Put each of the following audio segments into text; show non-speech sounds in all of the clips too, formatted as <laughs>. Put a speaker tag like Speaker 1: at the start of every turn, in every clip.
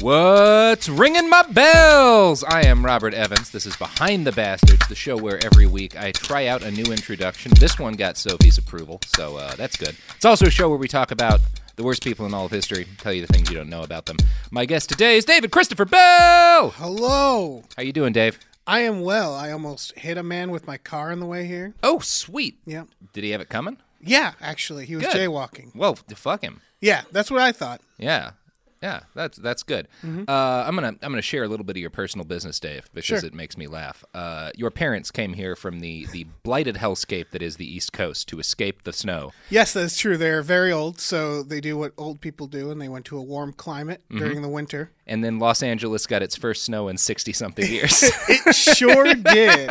Speaker 1: What's ringing my bells? I am Robert Evans. This is Behind the Bastards, the show where every week I try out a new introduction. This one got Sophie's approval, so uh, that's good. It's also a show where we talk about the worst people in all of history, tell you the things you don't know about them. My guest today is David Christopher Bell.
Speaker 2: Hello.
Speaker 1: How you doing, Dave?
Speaker 2: I am well. I almost hit a man with my car on the way here.
Speaker 1: Oh, sweet.
Speaker 2: Yeah.
Speaker 1: Did he have it coming?
Speaker 2: Yeah, actually, he was
Speaker 1: Good.
Speaker 2: jaywalking.
Speaker 1: Whoa, d- fuck him.
Speaker 2: Yeah, that's what I thought.
Speaker 1: Yeah. Yeah, that's that's good. Uh, I'm gonna I'm gonna share a little bit of your personal business, Dave, because
Speaker 2: Mm-hmm. Sure.
Speaker 1: it makes me laugh. Uh, your parents came here from the the blighted hellscape that is the East Coast to escape the snow.
Speaker 2: Yes, that's true. They're very old, so they do what old people do, and they went to a warm climate
Speaker 1: Mm-hmm.
Speaker 2: during the winter.
Speaker 1: And then Los Angeles got its first snow in sixty something years.
Speaker 2: <laughs>
Speaker 1: <laughs>
Speaker 2: It sure did.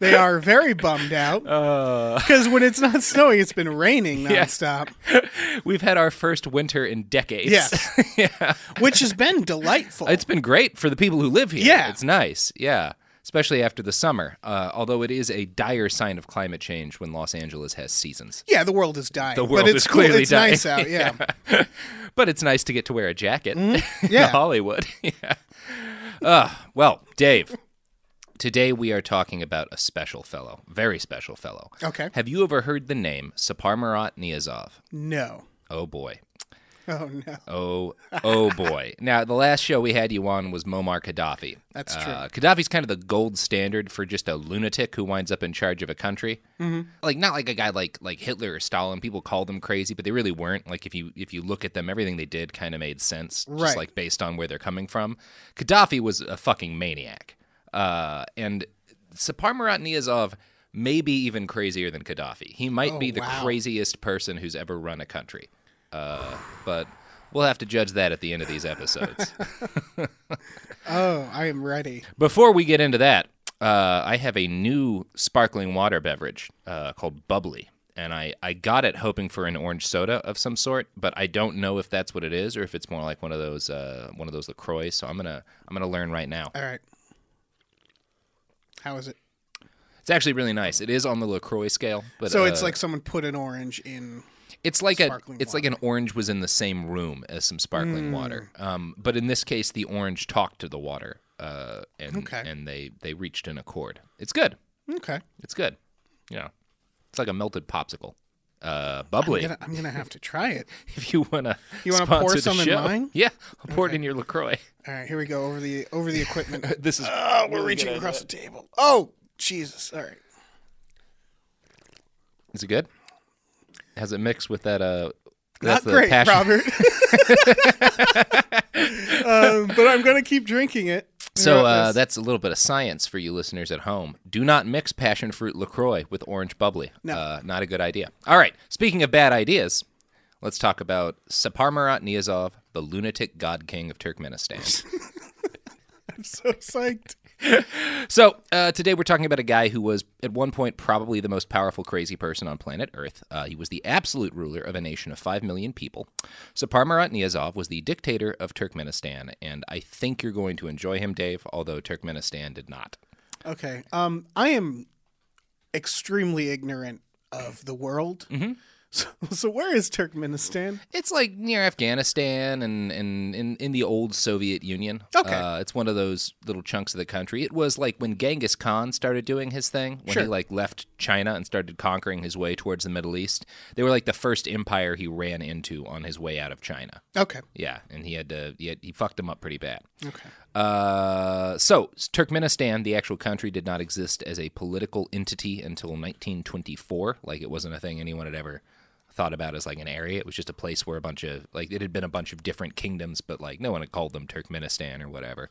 Speaker 2: They are very bummed out
Speaker 1: Uh.
Speaker 2: because when it's not snowing, it's been raining nonstop,
Speaker 1: We've had our first winter in decades.
Speaker 2: Yes.
Speaker 1: yeah.
Speaker 2: which has been delightful.
Speaker 1: <laughs> It's been great for the people who live here.
Speaker 2: Yeah.
Speaker 1: It's nice. Yeah. Especially after the summer. Uh, although it is a dire sign of climate change when Los Angeles has seasons.
Speaker 2: yeah, the world is dying.
Speaker 1: The world
Speaker 2: but it's
Speaker 1: is
Speaker 2: cool.
Speaker 1: clearly
Speaker 2: it's
Speaker 1: dying. <laughs>
Speaker 2: nice out. Yeah.
Speaker 1: but it's nice to get to wear a jacket <laughs> in
Speaker 2: Yeah.
Speaker 1: Hollywood. yeah. Uh, well, Dave, today we are talking about a special fellow, very special fellow.
Speaker 2: Okay.
Speaker 1: Have you ever heard the name Saparmurat Niyazov?
Speaker 2: No.
Speaker 1: Oh boy.
Speaker 2: Oh no.
Speaker 1: Oh,
Speaker 2: <laughs>
Speaker 1: oh boy. Now, the last show we had you on was Muammar Gaddafi.
Speaker 2: That's
Speaker 1: Uh, Gaddafi's kind of the gold standard for just a lunatic who winds up in charge of a country. Mm-hmm. Like not like a guy like like Hitler or Stalin. People call them crazy, but they really weren't. Like if you if you look at them, everything they did kind of made sense, just
Speaker 2: Right.
Speaker 1: like based on where they're coming from. Gaddafi was a fucking maniac, uh, and Saparmurat Niyazov may be even crazier than Gaddafi. He might
Speaker 2: Oh,
Speaker 1: be the
Speaker 2: wow.
Speaker 1: craziest person who's ever run a country. Uh, but we'll have to judge that at the end of these episodes.
Speaker 2: <laughs> Oh, I am ready.
Speaker 1: Before we get into that, uh, I have a new sparkling water beverage uh, called Bubbly. And I, I got it hoping for an orange soda of some sort, but I don't know if that's what it is or if it's more like one of those uh, one of those Lacroix. So I'm gonna I'm gonna learn right now.
Speaker 2: All right. How is it?
Speaker 1: It's actually really nice. It is on the Lacroix scale, but
Speaker 2: so it's
Speaker 1: uh,
Speaker 2: like someone put an orange in.
Speaker 1: It's like a
Speaker 2: sparkling Mm.
Speaker 1: it's like an orange was in the same room as some sparkling water. Um, but in this case, the orange talked to the water, uh, and
Speaker 2: Okay.
Speaker 1: and they they reached an accord. It's good.
Speaker 2: Okay.
Speaker 1: It's good. Yeah, it's like a melted popsicle. Uh, bubbly.
Speaker 2: I'm gonna, I'm gonna have to try it.
Speaker 1: <laughs> if you wanna,
Speaker 2: You wanna
Speaker 1: sponsor
Speaker 2: pour
Speaker 1: the
Speaker 2: some in
Speaker 1: show.
Speaker 2: mine?
Speaker 1: Yeah, I'll pour it in your Lacroix.
Speaker 2: All right, here we go over the over the equipment.
Speaker 1: <laughs> This <laughs> is
Speaker 2: oh, we're reaching across the table. Oh, Jesus! All right.
Speaker 1: is it good? Has it mixed with that uh That's
Speaker 2: Not
Speaker 1: the
Speaker 2: great,
Speaker 1: passion.
Speaker 2: Robert.
Speaker 1: <laughs>
Speaker 2: <laughs> um, but I'm going to keep drinking it.
Speaker 1: So
Speaker 2: throughout
Speaker 1: uh,
Speaker 2: this.
Speaker 1: that's a little bit of science for you listeners at home. Do not mix passion fruit LaCroix with orange bubbly.
Speaker 2: No.
Speaker 1: Uh, not a good idea. All right. Speaking of bad ideas, let's talk about Saparmurat Niyazov, the lunatic god king of
Speaker 2: <laughs>
Speaker 1: Turkmenistan.
Speaker 2: so psyched.
Speaker 1: so uh, today we're talking about a guy who was, at one point, probably the most powerful crazy person on planet Earth. Uh, he was the absolute ruler of a nation of 5 million people. Saparmurat Niyazov was the dictator of Turkmenistan, and I think you're going to enjoy him, Dave, although Turkmenistan did not.
Speaker 2: Okay. Um, I am extremely ignorant of the world.
Speaker 1: Mm-hmm.
Speaker 2: <laughs> So, so where is Turkmenistan?
Speaker 1: It's like near Afghanistan and, and in, in the old Soviet Union.
Speaker 2: Okay.
Speaker 1: Uh, it's one of those little chunks of the country. It was like when Genghis Khan started doing his thing, when
Speaker 2: Sure.
Speaker 1: he like left China and started conquering his way towards the Middle East. They were like the first empire he ran into on his way out of China.
Speaker 2: Okay.
Speaker 1: Yeah, and he had to he, had, he fucked him up pretty bad.
Speaker 2: Okay.
Speaker 1: Uh, so Turkmenistan, the actual country, did not exist as a political entity until 1924. Like it wasn't a thing anyone had ever thought about as like an area. It was just a place where a bunch of like it had been a bunch of different kingdoms, but like no one had called them Turkmenistan or whatever.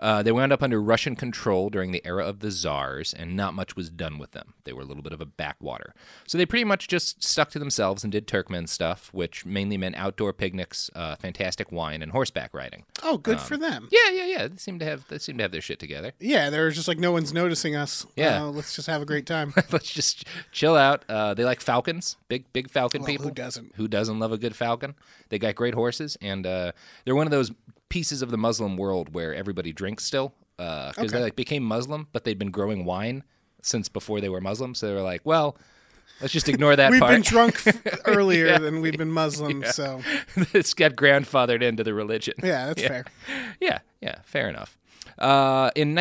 Speaker 1: Uh, they wound up under Russian control during the era of the czars, and not much was done with them. They were a little bit of a backwater. So they pretty much just stuck to themselves and did Turkmen stuff, which mainly meant outdoor picnics, uh, fantastic wine, and horseback riding.
Speaker 2: Oh, good
Speaker 1: Um,
Speaker 2: for them.
Speaker 1: Yeah, yeah, yeah. They seem to have they seem to have their shit together. <laughs>
Speaker 2: Yeah, they're just like no one's noticing us.
Speaker 1: Yeah.
Speaker 2: Uh, let's just have a great time.
Speaker 1: Let's just chill out. Uh, they like falcons, big big falcon
Speaker 2: Well, Oh, who
Speaker 1: people.
Speaker 2: doesn't?
Speaker 1: Who doesn't love a good falcon? They got great horses, and uh, they're one of those pieces of the Muslim world where everybody drinks still because they like became Muslim, but they'd been growing wine since before they were Muslim. So they were like, well, let's just ignore <laughs> that
Speaker 2: we've
Speaker 1: part.
Speaker 2: been drunk <laughs> f- earlier than we've been Muslim, so
Speaker 1: <laughs> it's got grandfathered into the religion.
Speaker 2: yeah, that's fair.
Speaker 1: Yeah, yeah, fair enough. Uh, in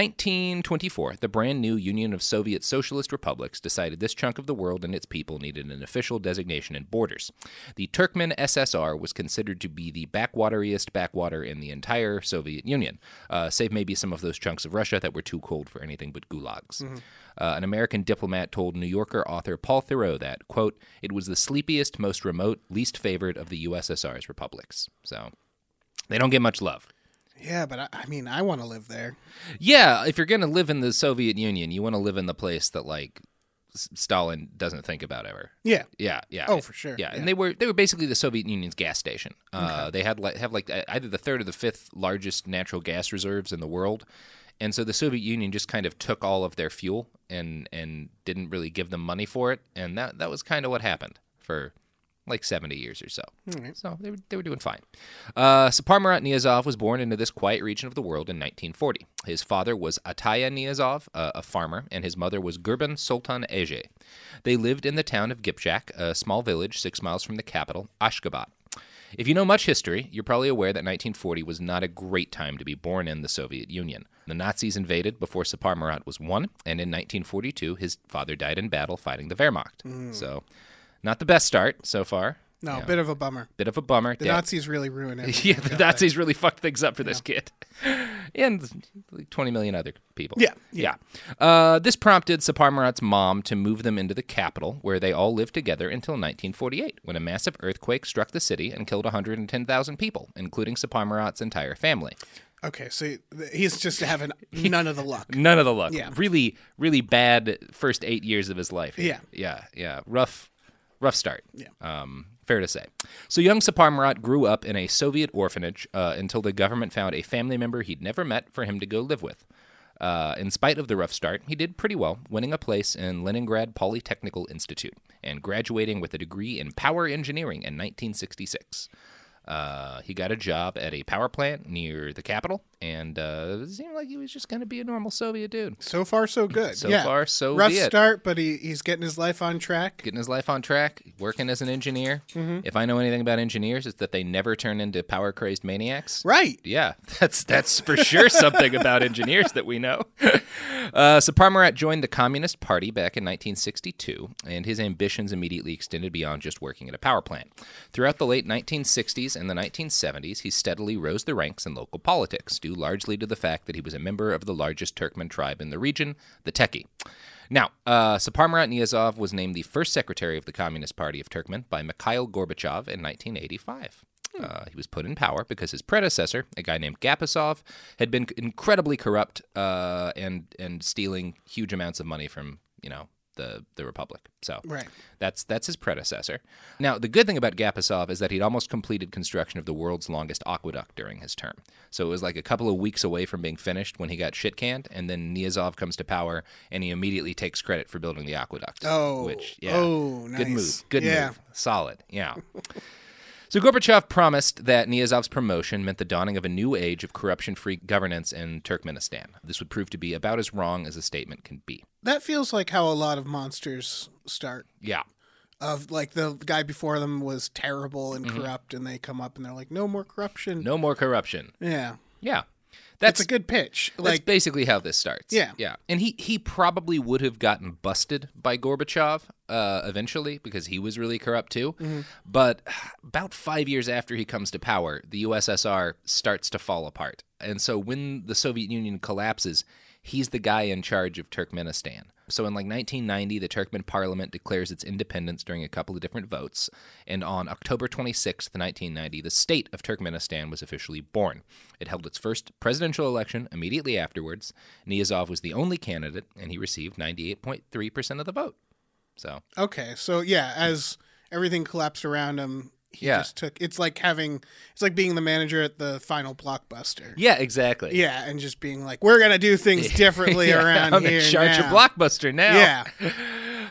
Speaker 1: 1924, the brand new Union of Soviet Socialist Republics decided this chunk of the world and its people needed an official designation and borders. The Turkmen SSR was considered to be the backwateriest backwater in the entire Soviet Union, uh, save maybe some of those chunks of Russia that were too cold for anything but gulags. Uh, an American diplomat told New Yorker author Paul Thoreau that, quote, it was the sleepiest, most remote, least favored of the USSR's republics. So they don't get much love.
Speaker 2: Yeah, but I, I mean, I want to live there.
Speaker 1: Yeah, if you're going to live in the Soviet Union, you want to live in the place that like S- Stalin doesn't think about ever.
Speaker 2: Yeah.
Speaker 1: Yeah, yeah.
Speaker 2: Oh, for sure,
Speaker 1: Yeah,
Speaker 2: yeah.
Speaker 1: and they were they were basically the Soviet Union's gas station. Uh, They had like have like e- either the third or the fifth largest natural gas reserves in the world, and so the Soviet Union just kind of took all of their fuel and and didn't really give them money for it, and that that was kind of what happened for like 70 years or so. So they were, they were doing fine. Uh, Saparmurat Niyazov was born into this quiet region of the world in 1940. His father was Ataya Niyazov, uh, a farmer, and his mother was Gurban Sultan Ege. They lived in the town of Gipchak, a small village six miles from the capital, Ashgabat. If you know much history, you're probably aware that 1940 was not a great time to be born in the Soviet Union. The Nazis invaded before Saparmurat was won, and in 1942, his father died in battle fighting the Wehrmacht.
Speaker 2: Mm.
Speaker 1: So, not the best start so far.
Speaker 2: No,
Speaker 1: Yeah.
Speaker 2: bit of a bummer.
Speaker 1: Bit of a bummer.
Speaker 2: The
Speaker 1: Dad-
Speaker 2: Nazis really ruin it.
Speaker 1: <laughs> yeah, the Nazis really fucked things up for this kid, <laughs> and like 20 million other people.
Speaker 2: Yeah,
Speaker 1: yeah. Uh, this prompted Saparmurat's mom to move them into the capital, where they all lived together until 1948, when a massive earthquake struck the city and killed 110,000 people, including Saparmurat's entire family.
Speaker 2: Okay, so th- he's
Speaker 1: <laughs>
Speaker 2: just having none of the luck.
Speaker 1: None of the luck.
Speaker 2: Yeah.
Speaker 1: Really, really bad first eight years of his life.
Speaker 2: Yeah.
Speaker 1: Yeah. Yeah. Rough, rough start. Yeah. Um, fair to say. So young Saparmurat grew up in a Soviet orphanage uh, until the government found a family member he'd never met for him to go live with. Uh, in spite of the rough start, he did pretty well, winning a place in Leningrad Polytechnical Institute and graduating with a degree in power engineering in 1966. Uh, he got a job at a power plant near the capital, and uh, it seemed like he was just going to be a normal Soviet dude.
Speaker 2: So far, so good.
Speaker 1: So
Speaker 2: yeah.
Speaker 1: far, so
Speaker 2: rough
Speaker 1: be it.
Speaker 2: start, but he, he's getting his life on track.
Speaker 1: Getting his life on track, working as an engineer. If I know anything about engineers, it's that they never turn into power crazed maniacs.
Speaker 2: Right.
Speaker 1: Yeah, <laughs> that's that's for sure something about engineers that we know. <laughs> Uh, Saparmurat joined the Communist Party back in 1962, and his ambitions immediately extended beyond just working at a power plant. Throughout the late 1960s and the 1970s, he steadily rose the ranks in local politics, due largely to the fact that he was a member of the largest Turkmen tribe in the region, the Teki. Now, uh, Saparmurat Niyazov was named the first secretary of the Communist Party of Turkmen by Mikhail Gorbachev in 1985. Uh, he was put in power because his predecessor, a guy named Gapasov, had been incredibly corrupt uh, and and stealing huge amounts of money from you know the the republic. So
Speaker 2: Right.
Speaker 1: that's that's his predecessor. Now, the good thing about Gapasov is that he'd almost completed construction of the world's longest aqueduct during his term. So it was like a couple of weeks away from being finished when he got shit canned, and then Niyazov comes to power and he immediately takes credit for building the aqueduct.
Speaker 2: Oh.
Speaker 1: which yeah,
Speaker 2: Oh,
Speaker 1: good
Speaker 2: nice.
Speaker 1: move, good
Speaker 2: Yeah.
Speaker 1: move, solid, yeah. So Gorbachev promised that Niyazov's promotion meant the dawning of a new age of corruption-free governance in Turkmenistan. This would prove to be about as wrong as a statement can be.
Speaker 2: That feels like how a lot of monsters start.
Speaker 1: Yeah.
Speaker 2: Of like the guy before them was terrible and
Speaker 1: Mm-hmm.
Speaker 2: corrupt, and they come up and they're like, "No more corruption."
Speaker 1: No more corruption.
Speaker 2: Yeah,
Speaker 1: Yeah. That's,
Speaker 2: that's a good pitch.
Speaker 1: that's
Speaker 2: Like,
Speaker 1: basically how this starts.
Speaker 2: Yeah.
Speaker 1: Yeah. And he, he probably would have gotten busted by Gorbachev uh, eventually because he was really corrupt too.
Speaker 2: Mm-hmm.
Speaker 1: But about five years after he comes to power, the USSR starts to fall apart. And so when the Soviet Union collapses, he's the guy in charge of Turkmenistan. So in like 1990, the Turkmen parliament declares its independence during a couple of different votes. And on October 26th, 1990, the state of Turkmenistan was officially born. It held its first presidential election immediately afterwards. Niyazov was the only candidate, and he received 98.3% of the vote. So,
Speaker 2: okay, so yeah, as everything collapsed around him, he
Speaker 1: Yeah.
Speaker 2: just took. It's like having. It's like being the manager at the final blockbuster.
Speaker 1: yeah, exactly.
Speaker 2: Yeah, and just being like, "We're gonna do
Speaker 1: <laughs>
Speaker 2: things differently around
Speaker 1: I'm
Speaker 2: here."
Speaker 1: in charge
Speaker 2: now.
Speaker 1: of Blockbuster now.
Speaker 2: Yeah,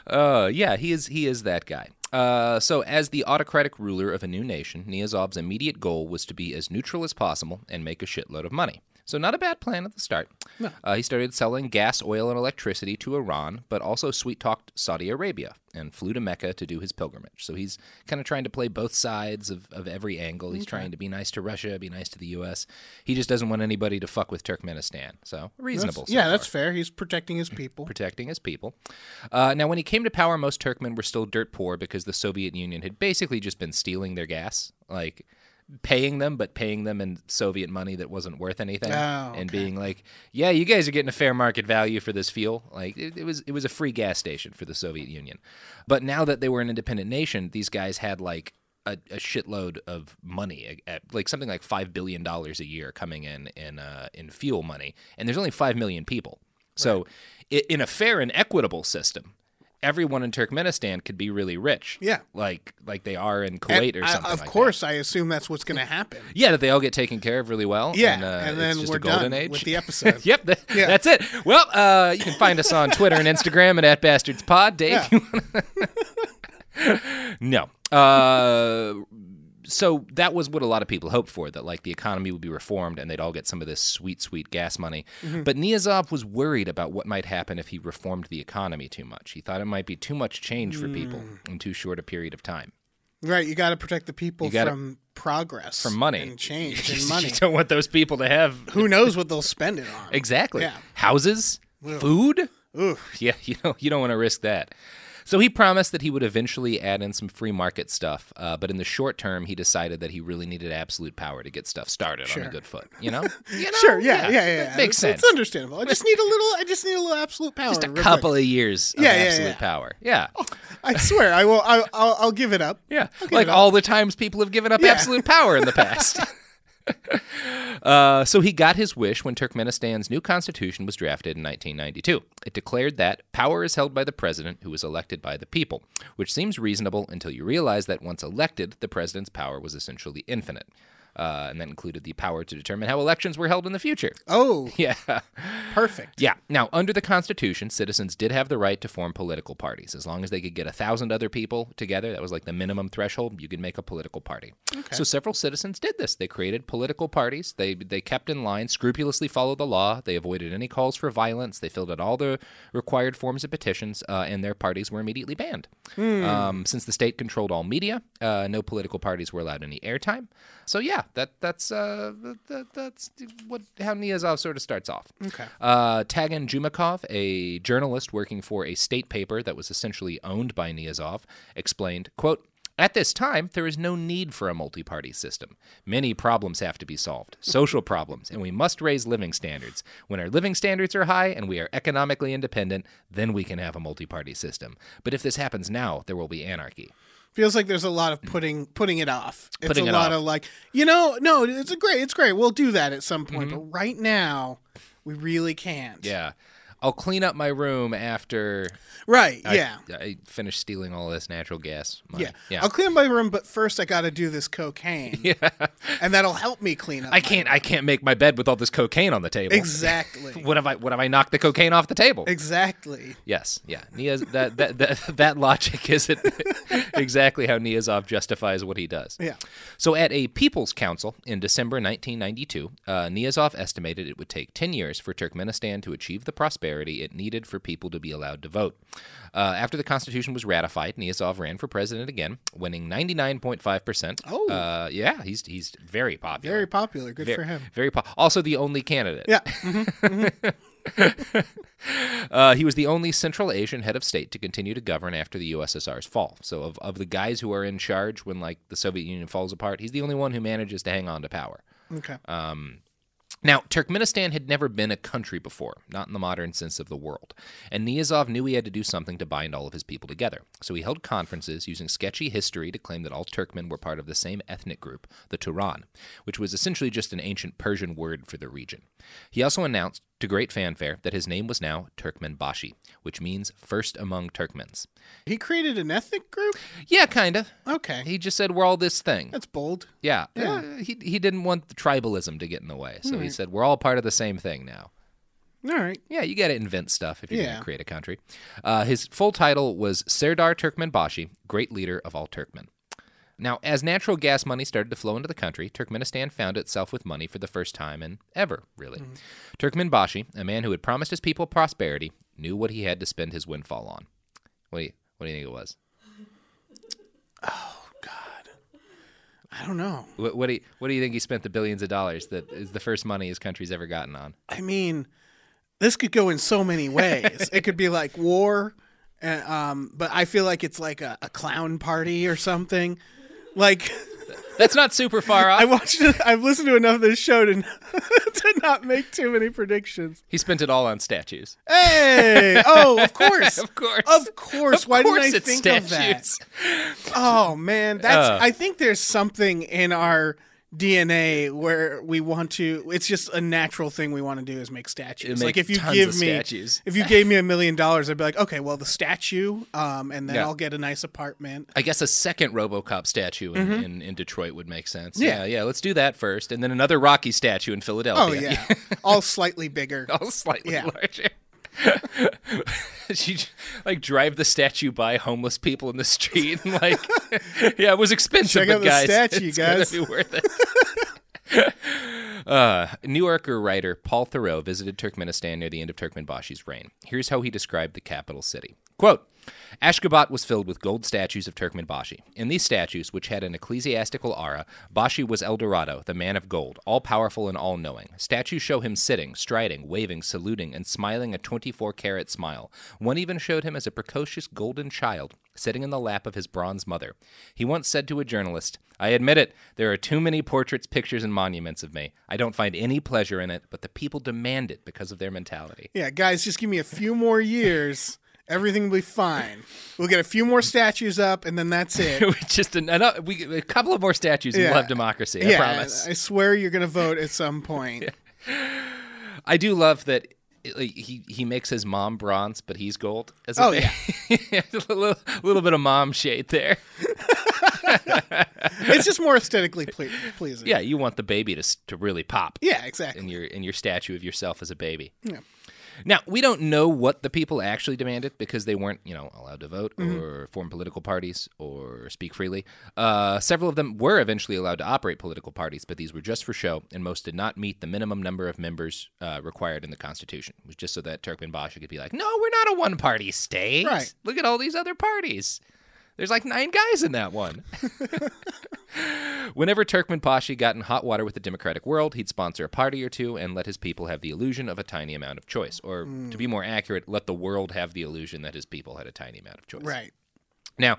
Speaker 1: Uh, yeah, he is he is that guy. Uh, so as the autocratic ruler of a new nation, Niyazov's immediate goal was to be as neutral as possible and make a shitload of money. So not a bad plan at the start. Uh, he started selling gas, oil, and electricity to Iran, but also sweet talked Saudi Arabia and flew to Mecca to do his pilgrimage. So he's kind of trying to play both sides of, of every angle. He's trying to be nice to Russia, be nice to the U.S. He just doesn't want anybody to fuck with Turkmenistan. So <laughs> reasonable. so
Speaker 2: yeah,
Speaker 1: far
Speaker 2: that's fair. He's protecting his people.
Speaker 1: protecting his people. Uh, now, when he came to power, most Turkmen were still dirt poor because the Soviet Union had basically just been stealing their gas, like paying them, but paying them in Soviet money that wasn't worth anything,
Speaker 2: Oh,
Speaker 1: and being like, "Yeah, you guys are getting a fair market value for this fuel." Like it, it was, it was a free gas station for the Soviet Union. But now that they were an independent nation, these guys had like. A, a shitload of money, uh, uh, like something like five billion dollars a year coming in in uh, in fuel money, and there's only five million people. So, i in a fair and equitable system, everyone in Turkmenistan could be really rich.
Speaker 2: Yeah.
Speaker 1: like like they are in
Speaker 2: And
Speaker 1: Kuwait or
Speaker 2: I-
Speaker 1: something.
Speaker 2: of
Speaker 1: like that.
Speaker 2: course, I assume that's what's gonna happen.
Speaker 1: Yeah, that they all get taken care of really well.
Speaker 2: Yeah,
Speaker 1: and, uh,
Speaker 2: and
Speaker 1: it's
Speaker 2: then
Speaker 1: just
Speaker 2: we're
Speaker 1: a golden
Speaker 2: done
Speaker 1: age. <laughs>
Speaker 2: with the episode.
Speaker 1: yep, th-
Speaker 2: Yeah.
Speaker 1: that's it. Well, uh, you can find us on Twitter and Instagram at, at bastardspod. Dave,
Speaker 2: Yeah.
Speaker 1: you wanna- <laughs> no. Uh, so that was what a lot of people hoped for that like the economy would be reformed and they'd all get some of this sweet sweet gas money
Speaker 2: Mm-hmm.
Speaker 1: but niyazov was worried about what might happen if he reformed the economy too much he thought it might be too much change for people
Speaker 2: Mm.
Speaker 1: in too short a period of time
Speaker 2: Right, you got to protect the people
Speaker 1: You gotta-
Speaker 2: from progress,
Speaker 1: from money
Speaker 2: and
Speaker 1: <laughs>
Speaker 2: change,
Speaker 1: You
Speaker 2: and money.
Speaker 1: don't want those people to have
Speaker 2: Who knows what they'll spend it on?
Speaker 1: Exactly.
Speaker 2: Yeah.
Speaker 1: Houses, food. <laughs> Yeah, you know you don't want to risk that. So he promised that he would eventually add in some free market stuff, uh, but in the short term, he decided that he really needed absolute power to get stuff started on a good foot. You
Speaker 2: <laughs>
Speaker 1: know? You know?
Speaker 2: Sure, yeah, yeah, yeah, yeah.
Speaker 1: That Oh, makes
Speaker 2: it's,
Speaker 1: sense.
Speaker 2: It's understandable. I just need a little. I just need a little absolute power.
Speaker 1: Just a
Speaker 2: real quick.
Speaker 1: couple of years of
Speaker 2: Yeah, yeah,
Speaker 1: absolute
Speaker 2: yeah. Oh,
Speaker 1: power. Yeah.
Speaker 2: I swear, I will. I, I'll, I'll give it up.
Speaker 1: Yeah,
Speaker 2: I'll give
Speaker 1: like
Speaker 2: it up.
Speaker 1: all the times people have given up absolute power in the past. uh, so he got his wish when Turkmenistan's new constitution was drafted in 1992. It declared that power is held by the president, who is elected by the people, which seems reasonable until you realize that once elected, the president's power was essentially infinite. Uh, and that included the power to determine how elections were held in the future.
Speaker 2: Oh,
Speaker 1: <laughs> Yeah.
Speaker 2: perfect.
Speaker 1: Yeah. Now, under the Constitution, citizens did have the right to form political parties. As long as they could get a thousand other people together, that was like the minimum threshold, you could make a political party. So several citizens did this. They created political parties. They they kept in line, scrupulously followed the law. They avoided any calls for violence. They filled out all the required forms of petitions, uh, and their parties were immediately banned. Um, since the state controlled all media, uh, no political parties were allowed any airtime. So yeah, that that's uh, that, that's what how Niyazov sort of starts off. Okay. Uh, Tagan Jumakov, a journalist working for a state paper that was essentially owned by Niyazov, explained, "quote." At this time, there is no need for a multi party system. Many problems have to be solved social problems, and we must raise living standards. When our living standards are high and we are economically independent, then we can have a multi party system. But if this happens now, there will be anarchy.
Speaker 2: Feels like there's a lot of putting putting it off. It's
Speaker 1: Putting
Speaker 2: a
Speaker 1: it
Speaker 2: lot
Speaker 1: off.
Speaker 2: of like, you know, no, it's a great, it's great. We'll do that at some point, but right now, we really can't.
Speaker 1: Mm-hmm. Yeah. I'll clean up my room after
Speaker 2: Right.
Speaker 1: I,
Speaker 2: yeah.
Speaker 1: I finish stealing all this natural gas. Money.
Speaker 2: yeah.
Speaker 1: Yeah.
Speaker 2: I'll clean my room, but first I got to do this cocaine.
Speaker 1: <laughs>
Speaker 2: Yeah. And that'll help me clean up.
Speaker 1: I
Speaker 2: my-
Speaker 1: can't. I can't make my bed with all this cocaine on the table. <laughs>
Speaker 2: <laughs> Exactly.
Speaker 1: what have I? What have I knocked the cocaine off the table?
Speaker 2: exactly.
Speaker 1: yes. Yeah. Nia's that that that, <laughs> that logic isn't <laughs> exactly how Niazov justifies what he does.
Speaker 2: Yeah.
Speaker 1: So at a People's Council in December 1992, uh, Niazov estimated it would take 10 years for Turkmenistan to achieve the prosperity it needed for people to be allowed to vote. Uh, after the constitution was ratified, Niazov ran for president again, winning 99.5%.
Speaker 2: Oh.
Speaker 1: Uh, yeah, he's he's very popular.
Speaker 2: Very popular. Good
Speaker 1: Ver-
Speaker 2: for him.
Speaker 1: Very po- also the only candidate.
Speaker 2: Yeah. Mm-hmm.
Speaker 1: Uh, he was the only Central Asian head of state to continue to govern after the USSR's fall. So of, of the guys who are in charge when like the Soviet Union falls apart, he's the only one who manages to hang on to power. Um,
Speaker 2: Okay.
Speaker 1: Now, Turkmenistan had never been a country before, not in the modern sense of the world, and Niyazov knew he had to do something to bind all of his people together. So he held conferences using sketchy history to claim that all Turkmen were part of the same ethnic group, the Turan, which was essentially just an ancient Persian word for the region. He also announced, to great fanfare, that his name was now Turkmenbashi, which means first among Turkmens.
Speaker 2: he created an ethnic group?
Speaker 1: Yeah, kind of.
Speaker 2: Okay.
Speaker 1: He just said, we're all this thing.
Speaker 2: That's bold.
Speaker 1: Yeah. Uh, He, he didn't want the tribalism to get in the way. So he said, we're all part of the same thing now.
Speaker 2: All right.
Speaker 1: Yeah, you got to invent stuff if you're going
Speaker 2: Yeah.
Speaker 1: to create a country. Uh, his full title was Serdar Turkmenbashi, Great Leader of All Turkmen. Now, as natural gas money started to flow into the country, Turkmenistan found itself with money for the first time and ever, really.
Speaker 2: Mm-hmm.
Speaker 1: Turkmenbashi, a man who had promised his people prosperity, knew what he had to spend his windfall on. What do you, what do you think it was?
Speaker 2: I don't know.
Speaker 1: What, what, do you, what do you think he spent the billions of dollars that is the first money his country's ever gotten on?
Speaker 2: I mean, this could go in so many ways. it could be like war, uh, um, but I feel like it's like a, a clown party or something. Like
Speaker 1: That's not super far
Speaker 2: <laughs> I
Speaker 1: off.
Speaker 2: watched, I've listened to enough of this show to <laughs> to not make too many predictions.
Speaker 1: he spent it all on statues.
Speaker 2: Hey! Oh, of
Speaker 1: <laughs>
Speaker 2: course,
Speaker 1: Of course.
Speaker 2: of course. Why
Speaker 1: of course
Speaker 2: didn't I
Speaker 1: it's
Speaker 2: think
Speaker 1: statues. Uh.
Speaker 2: of that? Oh man, that's. I think there's something in our DNA where we want to. It's just a natural thing we want to do is make statues.
Speaker 1: make
Speaker 2: like if you
Speaker 1: tons
Speaker 2: give
Speaker 1: of
Speaker 2: me,
Speaker 1: statues.
Speaker 2: if you gave me a million dollars, I'd be like, okay, well the statue, um, and then
Speaker 1: Yeah.
Speaker 2: I'll get a nice apartment.
Speaker 1: I guess a second RoboCop statue in, in, in Detroit would make sense.
Speaker 2: Mm-hmm. Yeah.
Speaker 1: yeah, Let's do that first, and then another Rocky statue in Philadelphia.
Speaker 2: Oh yeah, all slightly bigger.
Speaker 1: <laughs> all slightly
Speaker 2: Yeah.
Speaker 1: larger. <laughs> she like drive the statue by homeless people in the street and like <laughs> yeah it was expensive
Speaker 2: Check
Speaker 1: but
Speaker 2: out the
Speaker 1: guys
Speaker 2: statue,
Speaker 1: it's
Speaker 2: guys.
Speaker 1: gonna be worth it <laughs> uh, New Yorker writer Paul Thoreau visited Turkmenistan near the end of Turkmenbashi's reign. Here's how he described the capital city. Quote, Ashgabat was filled with gold statues of Turkmenbashi. In these statues, which had an ecclesiastical aura, Bashi was El Dorado, the man of gold, all powerful and all knowing. Statues show him sitting, striding, waving, saluting, and smiling a 24 carat smile. One even showed him as a precocious golden child, sitting in the lap of his bronze mother. He once said to a journalist, I admit it, there are too many portraits, pictures, and monuments of me. I don't find any pleasure in it, but the people demand it because of their mentality.
Speaker 2: Yeah, guys, just give me a few more years. Everything will be fine. We'll get a few more statues up, and then that's it.
Speaker 1: <laughs> Just an, ano- we, a couple of more statues and
Speaker 2: Yeah.
Speaker 1: we'll have democracy, I
Speaker 2: yeah,
Speaker 1: promise.
Speaker 2: I swear you're gonna vote at
Speaker 1: <laughs>
Speaker 2: some point.
Speaker 1: I do love that like, he, he makes his mom bronze, but he's gold. As
Speaker 2: Oh,
Speaker 1: thing. a <laughs> little, little bit of mom shade there.
Speaker 2: It's just more aesthetically ple- pleasing.
Speaker 1: Yeah, you want the baby to, s- to really pop.
Speaker 2: Yeah, exactly.
Speaker 1: in your in your statue of yourself as a baby. Now we don't know what the people actually demanded because they weren't, you know, allowed to vote
Speaker 2: Mm-hmm.
Speaker 1: or form political parties or speak freely. Uh, several of them were eventually allowed to operate political parties, but these were just for show, and most did not meet the minimum number of members uh, required in the Constitution. It was just so that Turkmenbashi could be like, "No, we're not a one-party state.
Speaker 2: Right.
Speaker 1: Look at all these other parties." There's like nine guys in that one. Whenever Turkmen Pashi got in hot water with the democratic world, he'd sponsor a party or two and let his people have the illusion of a tiny amount of choice. Or to be more accurate, let the world have the illusion that his people had a tiny amount of choice.
Speaker 2: Right.
Speaker 1: Now,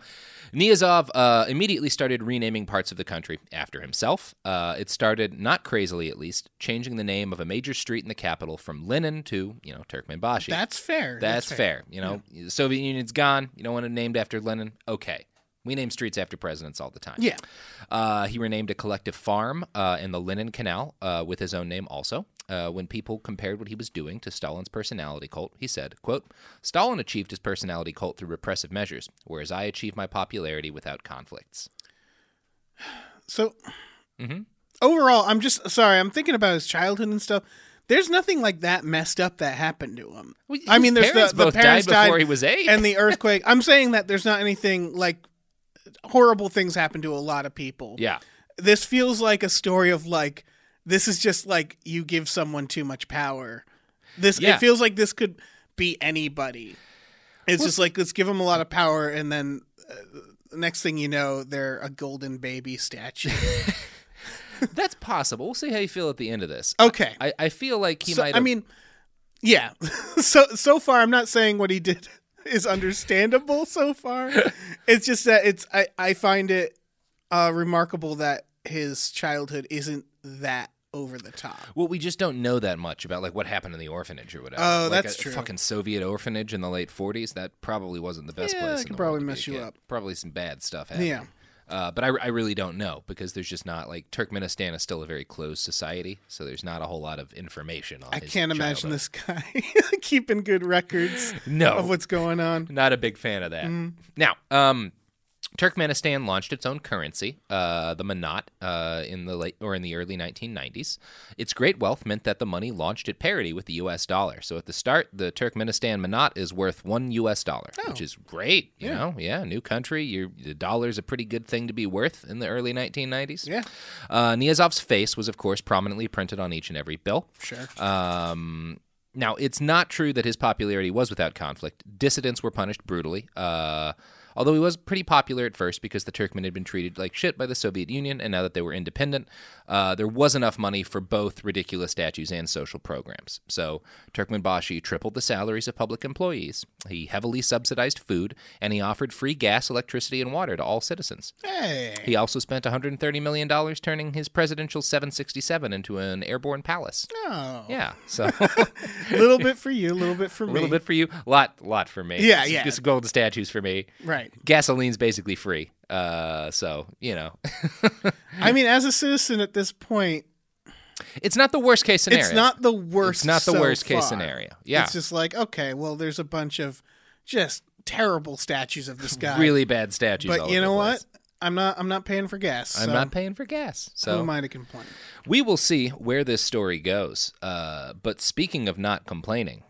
Speaker 1: Niazov uh, immediately started renaming parts of the country after himself. Uh, it started, not crazily at least, changing the name of a major street in the capital from Lenin to, you know, Turkmenbashi.
Speaker 2: That's fair.
Speaker 1: That's fair. You know, the Soviet Union's gone. You don't want it named after Lenin. Okay. We name streets after presidents all the time.
Speaker 2: Yeah.
Speaker 1: Uh, he renamed a collective farm uh, in the Lenin Canal uh, with his own name also. Uh, when people compared what he was doing to Stalin's personality cult, he said, quote, Stalin achieved his personality cult through repressive measures, whereas I achieved my popularity without conflicts.
Speaker 2: So,
Speaker 1: Mm-hmm.
Speaker 2: overall, I'm just sorry. I'm thinking about his childhood and stuff. There's nothing like that messed up that happened to him.
Speaker 1: Well,
Speaker 2: I
Speaker 1: his
Speaker 2: mean, there's
Speaker 1: parents
Speaker 2: the, the
Speaker 1: both died
Speaker 2: parents
Speaker 1: before he was eight.
Speaker 2: and the earthquake. I'm saying that there's not anything like horrible things happen to a lot of people.
Speaker 1: Yeah.
Speaker 2: this feels like a story of like this is just like you give someone too much power. This
Speaker 1: Yeah.
Speaker 2: it feels like this could be anybody. It's just like let's give them a lot of power, and then uh, the next thing you know, they're a golden baby statue.
Speaker 1: <laughs> That's possible. We'll see how you feel at the end of this.
Speaker 2: Okay.
Speaker 1: I, I feel like he
Speaker 2: Oh. So,
Speaker 1: might
Speaker 2: I
Speaker 1: have-
Speaker 2: mean, yeah. <laughs> so so far, I'm not saying what he did <laughs> is understandable.
Speaker 1: <laughs>
Speaker 2: So far, it's just that it's I I find it uh, remarkable that his childhood isn't that over the top.
Speaker 1: Well, we just don't know that much about like what happened in the orphanage or whatever.
Speaker 2: Oh,
Speaker 1: Like,
Speaker 2: that's
Speaker 1: a
Speaker 2: true.
Speaker 1: Fucking Soviet orphanage in the late '40s. That probably wasn't the best
Speaker 2: Yeah,
Speaker 1: place.
Speaker 2: it
Speaker 1: in
Speaker 2: could
Speaker 1: the world
Speaker 2: probably
Speaker 1: to be
Speaker 2: mess
Speaker 1: a
Speaker 2: you
Speaker 1: kid.
Speaker 2: up.
Speaker 1: Probably some bad stuff happened.
Speaker 2: Yeah.
Speaker 1: Uh, but I, I really don't know because there's just not like Turkmenistan is still a very closed society, so there's not a whole lot of information on.
Speaker 2: I
Speaker 1: his
Speaker 2: can't imagine
Speaker 1: childhood.
Speaker 2: this guy <laughs> keeping good records
Speaker 1: No.
Speaker 2: of what's going on.
Speaker 1: Not a big fan of that. Now, um, Turkmenistan launched its own currency, uh, the manat, uh, in the late or in the early 1990s. Its great wealth meant that the money launched at parity with the U.S. dollar. So at the start, the Turkmenistan manat is worth one U.S. dollar, which is great. You know, yeah, new country. Your the dollar's a pretty good thing to be worth in the early 1990s.
Speaker 2: Yeah.
Speaker 1: Uh, Niazov's face was, of course, prominently printed on each and every bill.
Speaker 2: Sure.
Speaker 1: Um, now, it's not true that his popularity was without conflict. Dissidents were punished brutally. Uh, although he was pretty popular at first because the Turkmen had been treated like shit by the Soviet Union, and now that they were independent, uh, there was enough money for both ridiculous statues and social programs. So Turkmenbashi tripled the salaries of public employees. He heavily subsidized food, and he offered free gas, electricity, and water to all citizens. <laughs>
Speaker 2: hey.
Speaker 1: He also spent $130 million turning his presidential 767 into an airborne palace.
Speaker 2: Oh.
Speaker 1: Yeah,
Speaker 2: <laughs>
Speaker 1: so
Speaker 2: A little bit for you, a little bit
Speaker 1: <laughs>
Speaker 2: for
Speaker 1: a
Speaker 2: me.
Speaker 1: little bit for you, lot, lot for me.
Speaker 2: Yeah,
Speaker 1: It's
Speaker 2: yeah.
Speaker 1: Just gold statues for me.
Speaker 2: <laughs> Right.
Speaker 1: Gasoline's basically free. Uh, so you know, <laughs>
Speaker 2: I mean, as a citizen at this point,
Speaker 1: it's not the worst case scenario.
Speaker 2: it's not the worst.
Speaker 1: It's not the
Speaker 2: so
Speaker 1: worst case
Speaker 2: far.
Speaker 1: scenario. Yeah.
Speaker 2: It's just like, okay, well, there's a bunch of just terrible statues
Speaker 1: <laughs>
Speaker 2: of this guy.
Speaker 1: really bad statues. all
Speaker 2: But
Speaker 1: over
Speaker 2: you know
Speaker 1: the
Speaker 2: what?
Speaker 1: place.
Speaker 2: I'm not I'm not paying for gas.
Speaker 1: I'm
Speaker 2: so
Speaker 1: not paying for gas. So
Speaker 2: Who am I to complain?
Speaker 1: we will see where this story goes. Uh, but speaking of not complaining,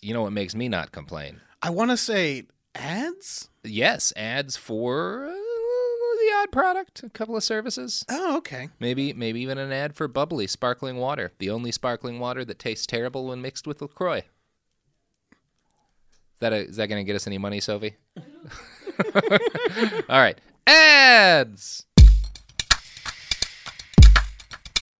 Speaker 1: you know what makes me not complain?
Speaker 2: I want to say ads?
Speaker 1: Yes, ads for uh, the odd product, a couple of services.
Speaker 2: Oh, okay.
Speaker 1: Maybe maybe even an ad for bubbly sparkling water, the only sparkling water that tastes terrible when mixed with LaCroix. Is that, a, is that going to get us any money, Sophie? <laughs> All right. Ads!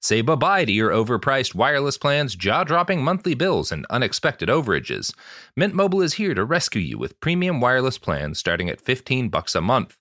Speaker 1: Say bye-bye to your overpriced wireless plans, jaw-dropping monthly bills, and unexpected overages. Mint Mobile is here to rescue you with premium wireless plans starting at 15 bucks a month.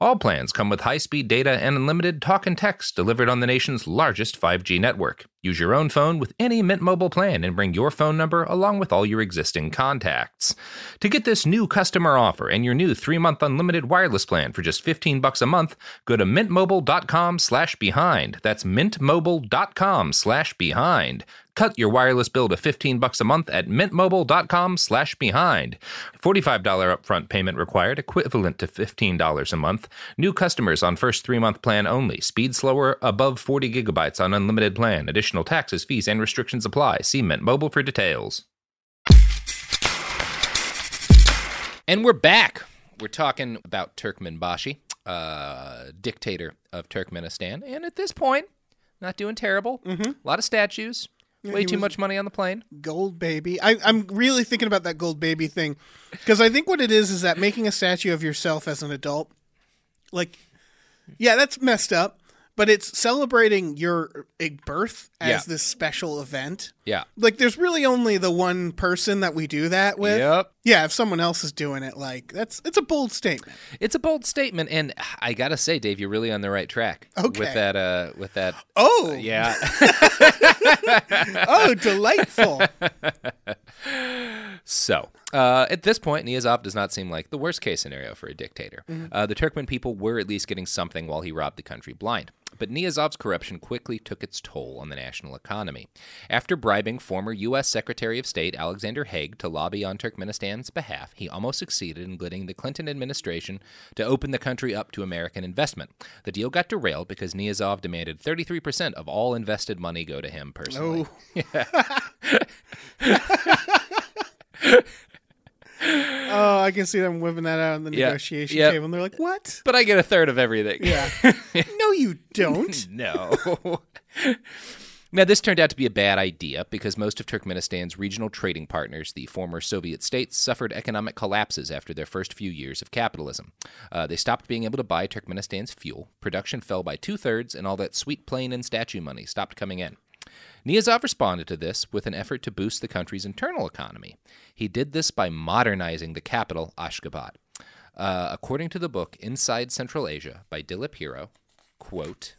Speaker 1: All plans come with high-speed data and unlimited talk and text delivered on the nation's largest 5G network. Use your own phone with any Mint Mobile plan and bring your phone number along with all your existing contacts. To get this new customer offer and your new 3-month unlimited wireless plan for just 15 bucks a month, go to mintmobile.com slash behind. That's mintmobile.com slash behind. Cut your wireless bill to 15 bucks a month at mintmobile.com slash behind. $45 upfront payment required, equivalent to $15 a month. New customers on first three-month plan only. Speed slower above 40 gigabytes on unlimited plan. Additional taxes, fees, and restrictions apply. See Mint Mobile for details. And we're back. We're talking about Turkmenbashi, uh, dictator of Turkmenistan. And at this point, not doing terrible. A lot of statues. Way
Speaker 2: Mm-hmm. he
Speaker 1: too
Speaker 2: was-
Speaker 1: much money on the plane.
Speaker 2: gold baby. I, I'm really thinking about that gold baby thing because I think what it is is that making a statue of yourself as an adult, like, yeah, that's messed up. But it's celebrating your eh, birth as
Speaker 1: Yeah.
Speaker 2: this special event.
Speaker 1: Yeah.
Speaker 2: Like, there's really only the one person that we do that with.
Speaker 1: Yep.
Speaker 2: Yeah, if someone else is doing it, like that's it's a bold statement.
Speaker 1: It's a bold statement, and I gotta say, Dave, you're really on the right track. With
Speaker 2: Okay.
Speaker 1: that, uh, with
Speaker 2: <laughs>
Speaker 1: that,
Speaker 2: Oh,
Speaker 1: yeah.
Speaker 2: oh, delightful.
Speaker 1: so, uh, at this point, Niyazov does not seem like the worst case scenario for a dictator. Uh, the Turkmen people were at least getting something while he robbed the country blind. But Niyazov's corruption quickly took its toll on the national economy. After bribing former U.S. Secretary of State Alexander Haig to lobby on Turkmenistan's behalf, he almost succeeded in getting the Clinton administration to open the country up to American investment. The deal got derailed because Niyazov demanded 33% of all invested money go to him personally.
Speaker 2: <laughs> Oh, I can see them whipping that out on the
Speaker 1: Yeah.
Speaker 2: negotiation
Speaker 1: Yep.
Speaker 2: table, and they're
Speaker 1: <laughs>
Speaker 2: like, "What?
Speaker 1: But I get a third of everything.
Speaker 2: Yeah, no, you
Speaker 1: <laughs>
Speaker 2: don't."
Speaker 1: No. now, this turned out to be a bad idea because most of Turkmenistan's regional trading partners, the former Soviet states, suffered economic collapses after their first few years of capitalism. Uh, they stopped being able to buy Turkmenistan's fuel, production fell by two thirds, and all that sweet plane and statue money stopped coming in. Niyazov responded to this with an effort to boost the country's internal economy. He did this by modernizing the capital, Ashgabat. Uh, according to the book Inside Central Asia by Dilip Hero, quote,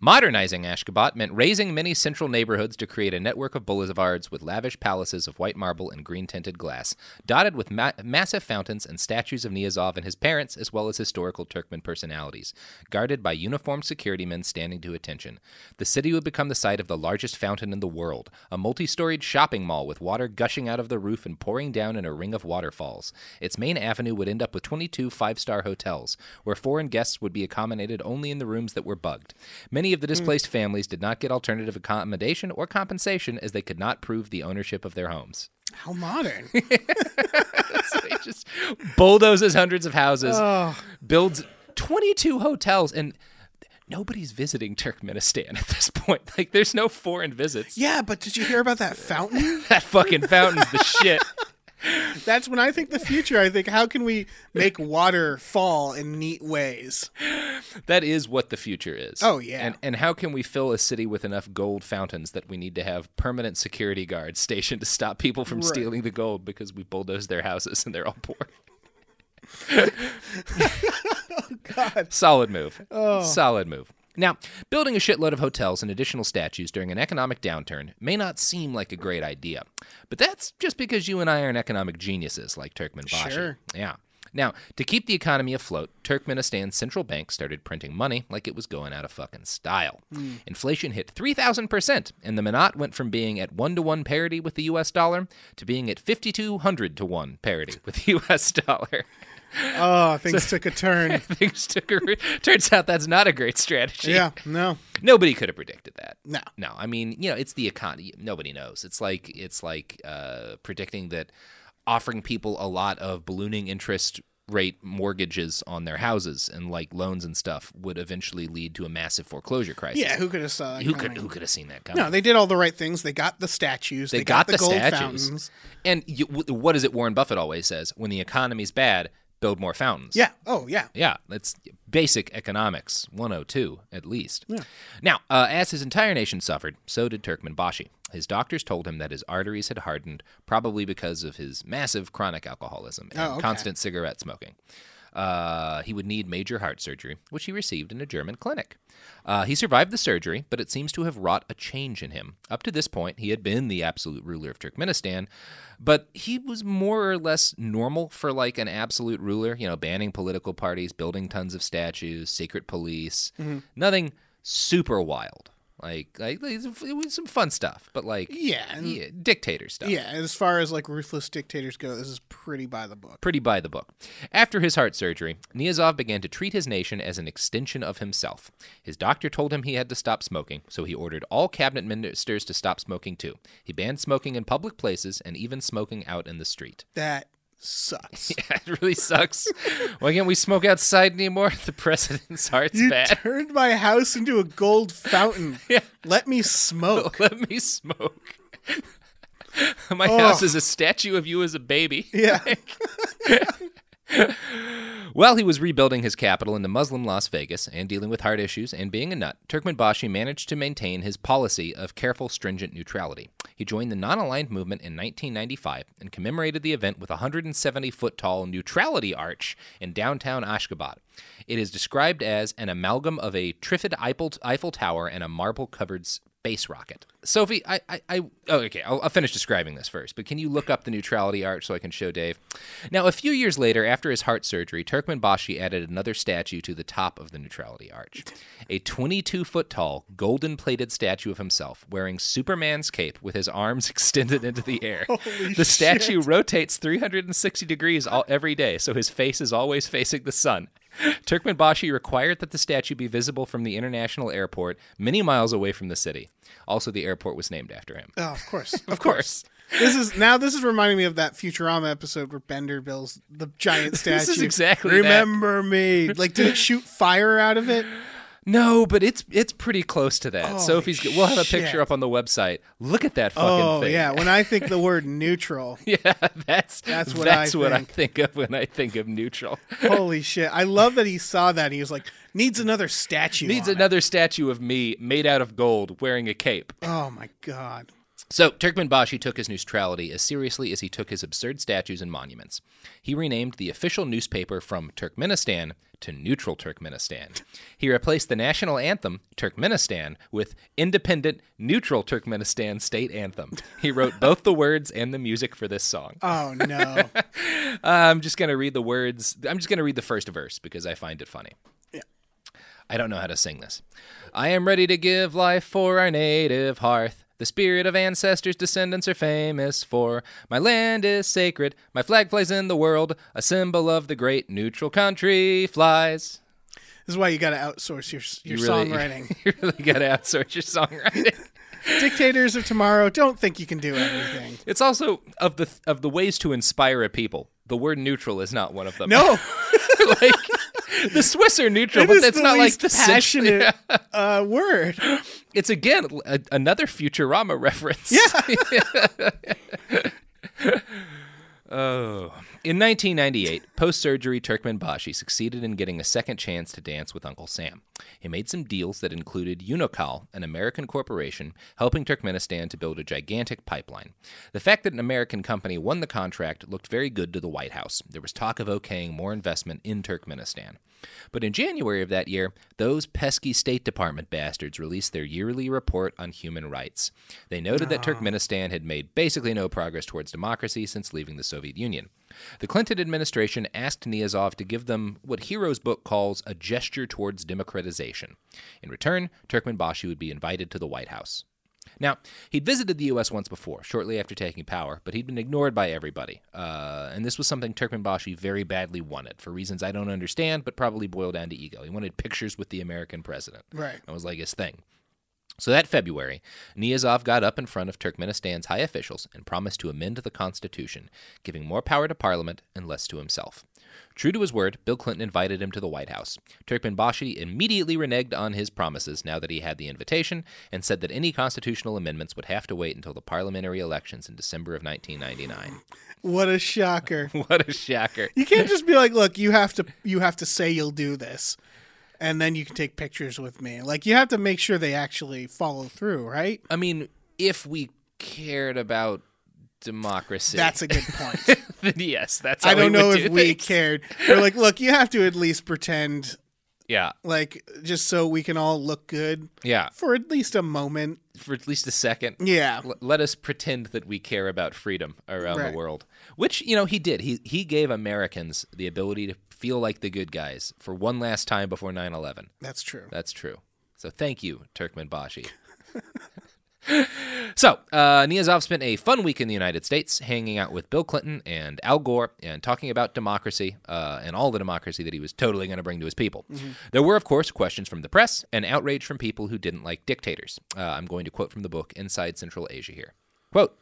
Speaker 1: Modernizing Ashgabat meant raising many central neighborhoods to create a network of boulevards with lavish palaces of white marble and green tinted glass, dotted with ma- massive fountains and statues of Niyazov and his parents, as well as historical Turkmen personalities, guarded by uniformed security men standing to attention. The city would become the site of the largest fountain in the world, a multi storied shopping mall with water gushing out of the roof and pouring down in a ring of waterfalls. Its main avenue would end up with 22 five star hotels, where foreign guests would be accommodated only in the rooms that were bugged. Many of the displaced families did not get alternative accommodation or compensation as they could not prove the ownership of their homes. <laughs>
Speaker 2: How modern.
Speaker 1: So he just bulldozes hundreds of houses, builds 22 hotels, and nobody's visiting Turkmenistan <laughs> at this point. Like, there's no foreign visits.
Speaker 2: yeah, but did you hear about
Speaker 1: <laughs>
Speaker 2: that fountain?
Speaker 1: That fucking fountain's the shit.
Speaker 2: That's when I think the future. I think, how can we make water fall in neat ways?
Speaker 1: that is what the future is.
Speaker 2: Oh, yeah.
Speaker 1: And and how can we fill a city with enough gold fountains that we need to have permanent security guards <laughs> stationed to stop people from stealing the gold because we bulldoze their houses and they're all poor. God. Solid move. Solid move. Now, building a shitload of hotels and additional statues during an economic downturn may not seem like a great idea, but that's just because you and I aren't economic geniuses like Turkmen Bashi.
Speaker 2: Sure.
Speaker 1: Yeah. Now, to keep the economy afloat, Turkmenistan's central bank started printing money like it was going out of fucking style. Inflation hit 3,000%, and the Manat went from being at 1 to 1 parity with the US dollar to being at 5,200 to 1 parity with the US dollar.
Speaker 2: Oh, things took
Speaker 1: <laughs>
Speaker 2: a turn.
Speaker 1: Things took a. re- Turns out that's not a great strategy.
Speaker 2: yeah, no.
Speaker 1: Nobody could have predicted that.
Speaker 2: No.
Speaker 1: No. I mean, you know, it's the economy. Nobody knows. It's like it's like uh, predicting that offering people a lot of ballooning interest rate mortgages on their houses and like loans and stuff would eventually lead to a massive foreclosure crisis.
Speaker 2: Yeah, who could have saw that
Speaker 1: Who could
Speaker 2: coming?
Speaker 1: who could have seen that coming?
Speaker 2: No, they did all the right things. They got the statues. They,
Speaker 1: they, got, the
Speaker 2: gold
Speaker 1: statues.
Speaker 2: fountains.
Speaker 1: And you, w- what is it Warren Buffett always says? When the economy's bad, build more fountains.
Speaker 2: Yeah. Oh, yeah.
Speaker 1: Yeah, that's basic economics 102 at least. Now, uh, as his entire nation suffered, so did Turkmenbashi. His doctors told him that his arteries had hardened, probably because of his massive chronic alcoholism and
Speaker 2: Oh, okay.
Speaker 1: constant cigarette smoking. Uh, he would need major heart surgery, which he received in a German clinic. Uh, he survived the surgery, but it seems to have wrought a change in him. Up to this point, he had been the absolute ruler of Turkmenistan, but he was more or less normal for like an absolute ruler, you know, banning political parties, building tons of statues, secret police,
Speaker 2: Mm-hmm.
Speaker 1: nothing super wild. Like, like it was some fun stuff, but like,
Speaker 2: Yeah, and-
Speaker 1: yeah dictator stuff.
Speaker 2: Yeah, as far as like ruthless dictators go, this is pretty by the book.
Speaker 1: Pretty by the book. After his heart surgery, Niazov began to treat his nation as an extension of himself. His doctor told him he had to stop smoking, so he ordered all cabinet ministers to stop smoking too. He banned smoking in public places and even smoking out in the street. <laughs>
Speaker 2: That sucks.
Speaker 1: That really sucks. Why can't we smoke outside anymore? <laughs> The president's heart's
Speaker 2: You
Speaker 1: bad.
Speaker 2: turned my house into a
Speaker 1: <laughs>
Speaker 2: gold fountain. Let me smoke.
Speaker 1: Let me smoke. <laughs> My house is a statue of you as a baby.
Speaker 2: Yeah.
Speaker 1: While he was rebuilding his capital into Muslim Las Vegas and dealing with heart issues and being a nut, Turkmenbashi managed to maintain his policy of careful, stringent neutrality. He joined the non aligned movement in 1995 and commemorated the event with a 170 foot tall neutrality arch in downtown Ashgabat. It is described as an amalgam of a triffid Eiffel, Eiffel Tower and a marble covered space rocket. Sophie, I, I, I oh, okay, I'll, I'll finish describing this first, but can you look up the neutrality arch so I can show Dave? Now, a few years later, after his heart surgery, Turkmenbashi added another statue to the top of the neutrality arch a 22 foot tall, golden plated statue of himself wearing Superman's cape with his arms <laughs> extended into the air. the statue rotates 360 degrees all, every day, so his face is always facing the sun. Turkmenbashi required that the statue be visible from the international airport, many miles away from the city. Also, the airport was named after him.
Speaker 2: Oh, of course.
Speaker 1: <laughs> Of course.
Speaker 2: This is now. This is reminding me of that Futurama episode where Bender builds the
Speaker 1: <laughs>
Speaker 2: giant statue.
Speaker 1: is exactly that.
Speaker 2: Remember
Speaker 1: <laughs>
Speaker 2: me? Like, did it shoot fire out of it?
Speaker 1: No, but it's it's pretty close to that. Sophie's g- we'll have a picture
Speaker 2: shit.
Speaker 1: up on the website. Look at that fucking
Speaker 2: Oh
Speaker 1: thing.
Speaker 2: yeah. When I think the word neutral,
Speaker 1: <laughs> Yeah, that's that's
Speaker 2: That's
Speaker 1: what,
Speaker 2: what
Speaker 1: I,
Speaker 2: I
Speaker 1: think of when I think of neutral.
Speaker 2: holy shit! I love that he saw that. And he was like, needs another statue.
Speaker 1: Needs
Speaker 2: on it."
Speaker 1: another statue of me made out of gold wearing a cape.
Speaker 2: Oh my god.
Speaker 1: So Turkmenbashi took his neutrality as seriously as he took his absurd statues and monuments. He renamed the official newspaper from Turkmenistan to Neutral Turkmenistan. He replaced the national anthem Turkmenistan with Independent Neutral Turkmenistan State Anthem. He wrote both the words and the music for this song.
Speaker 2: Oh
Speaker 1: <laughs>
Speaker 2: no.
Speaker 1: I'm just going to read the words. I'm just going to read the first verse because I find it funny. I don't know how to sing this. I am ready to give life for our native hearth. The spirit of ancestors, descendants are famous for. My land is sacred. My flag flies in the world. A symbol of the great neutral country flies. <laughs>
Speaker 2: This is why you got to outsource your your
Speaker 1: really-
Speaker 2: songwriting. <laughs>
Speaker 1: You really got to outsource your songwriting.
Speaker 2: Dictators of tomorrow don't think you can
Speaker 1: <laughs>
Speaker 2: do everything.
Speaker 1: It's also of the of the ways to inspire a people. The word neutral is not one of them.
Speaker 2: No,
Speaker 1: <laughs> like the Swiss are neutral,
Speaker 2: it
Speaker 1: but
Speaker 2: is
Speaker 1: that's
Speaker 2: the
Speaker 1: not like
Speaker 2: least
Speaker 1: the cent-
Speaker 2: passionate
Speaker 1: <laughs> Yeah.
Speaker 2: uh, word.
Speaker 1: It's again a, another Futurama reference. Yeah. <laughs> oh. In 1998, post surgery Turkmen Bashi succeeded in getting a second chance to dance with Uncle Sam. He made some deals that included Unocal, an American corporation, helping Turkmenistan to build a gigantic pipeline. The fact that an American company won the contract looked very good to the White House. There was talk of okaying more investment in Turkmenistan. But in January of that year, those pesky State Department bastards released their yearly report on human rights. They noted that Turkmenistan had made basically no progress towards democracy since leaving the Soviet Union. The Clinton administration asked Niazov to give them what Hero's book calls a gesture towards democratization. In return, Turkmenbashi would be invited to the White House. Now, he'd visited the U.S. once before, shortly after taking power, but he'd been ignored by everybody. Uh, and this was something Turkmenbashi very badly wanted, for reasons I don't understand, but probably boiled down to ego. He wanted pictures with the American president.
Speaker 2: Right.
Speaker 1: That was like his thing. So that February, Niyazov got up in front of Turkmenistan's high officials and promised to amend the constitution, giving more power to parliament and less to himself. True to his word, Bill Clinton invited him to the White House. Turkmenbashi immediately reneged on his promises now that he had the invitation and said that any constitutional amendments would have to wait until the parliamentary elections in December of 1999.
Speaker 2: What a shocker.
Speaker 1: <laughs> What a shocker.
Speaker 2: You can't just be like, look, you have to you have to say you'll do this and then you can take pictures with me. Like you have to make sure they actually follow through, right?
Speaker 1: I mean, if we cared about democracy,
Speaker 2: That's a good point.
Speaker 1: then <laughs> yes, that's how
Speaker 2: I don't
Speaker 1: we would
Speaker 2: know
Speaker 1: do
Speaker 2: if we
Speaker 1: things.
Speaker 2: cared. We're like, look, you have to at least pretend
Speaker 1: Yeah,
Speaker 2: like just so we can all look good
Speaker 1: yeah.
Speaker 2: for at least a moment.
Speaker 1: for at least a second.
Speaker 2: Yeah.
Speaker 1: L- let us pretend that we care about freedom around
Speaker 2: Right.
Speaker 1: the world, which you know he did. He he gave Americans the ability to feel like the good guys for one last time before 9/11.
Speaker 2: That's true.
Speaker 1: That's true. So thank you, Turkmenbashi. <laughs> so uh, Niyazov spent a fun week in the United States, hanging out with Bill Clinton and Al Gore, and talking about democracy uh, and all the democracy that he was totally going to bring to his people. There were, of course, questions from the press and outrage from people who didn't like dictators. Uh, I'm going to quote from the book Inside Central Asia here. Quote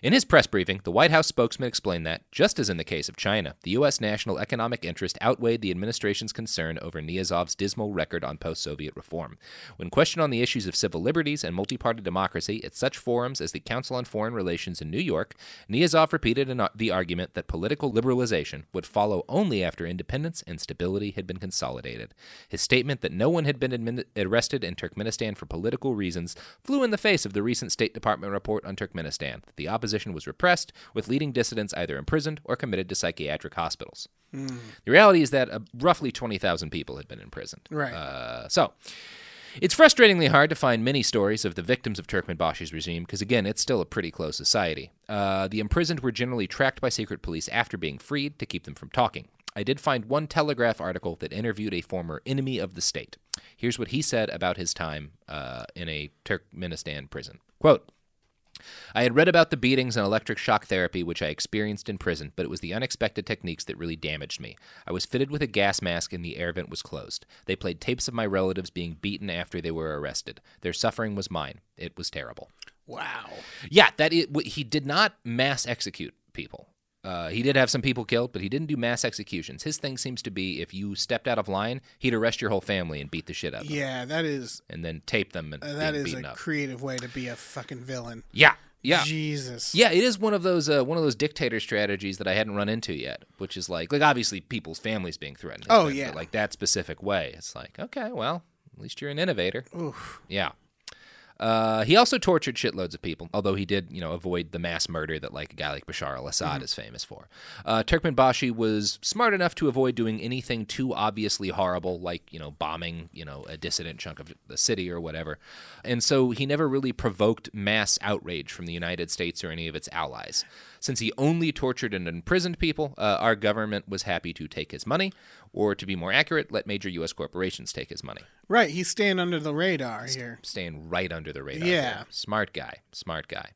Speaker 1: In his press briefing, the White House spokesman explained that, just as in the case of China, the U.S. national economic interest outweighed the administration's concern over Niyazov's dismal record on post Soviet reform. When questioned on the issues of civil liberties and multi party democracy at such forums as the Council on Foreign Relations in New York, Niyazov repeated an, the argument that political liberalization would follow only after independence and stability had been consolidated. His statement that no one had been admin- arrested in Turkmenistan for political reasons flew in the face of the recent State Department report on Turkmenistan that the opposition was repressed, with leading dissidents either imprisoned or committed to psychiatric hospitals. The reality is that uh, roughly 20,000 people had been imprisoned.
Speaker 2: Right.
Speaker 1: Uh, so. It's frustratingly hard to find many stories of the victims of Turkmenbashi's regime because, again, it's still a pretty closed society. Uh, the imprisoned were generally tracked by secret police after being freed to keep them from talking. I did find one Telegraph article that interviewed a former enemy of the state. Here's what he said about his time uh, in a Turkmenistan prison. Quote, I had read about the beatings and electric shock therapy which I experienced in prison, but it was the unexpected techniques that really damaged me. I was fitted with a gas mask and the air vent was closed. They played tapes of my relatives being beaten after they were arrested. Their suffering was mine. It was terrible.
Speaker 2: Wow.
Speaker 1: Yeah, that i- w he did not mass execute people. Uh, he did have some people killed, but he didn't do mass executions. His thing seems to be if you stepped out of line, he'd arrest your whole family and beat the shit out of them,
Speaker 2: Yeah, that is
Speaker 1: and then tape them and
Speaker 2: uh, that
Speaker 1: being
Speaker 2: is a
Speaker 1: beaten up.
Speaker 2: creative way to be a fucking villain.
Speaker 1: yeah, yeah.
Speaker 2: Jesus.
Speaker 1: Yeah, it is one of those uh, one of those dictator strategies that I hadn't run into yet, which is like like obviously people's families being threatened.
Speaker 2: Oh,
Speaker 1: but-
Speaker 2: yeah.
Speaker 1: but like that specific way. It's like okay, well at least you're an innovator. Yeah. Uh, he also tortured shitloads of people, although he did, you know, avoid the mass murder that like a guy like Bashar al-Assad is famous for. Uh, Turkmenbashi was smart enough to avoid doing anything too obviously horrible, like you know, bombing, you know, a dissident chunk of the city or whatever, and so he never really provoked mass outrage from the United States or any of its allies. Since he only tortured and imprisoned people, uh, our government was happy to take his money, or to be more accurate, let major U.S. corporations take his money
Speaker 2: Right, he's staying under the radar here.
Speaker 1: staying right under the radar.
Speaker 2: Yeah.
Speaker 1: there. Smart guy. Smart guy.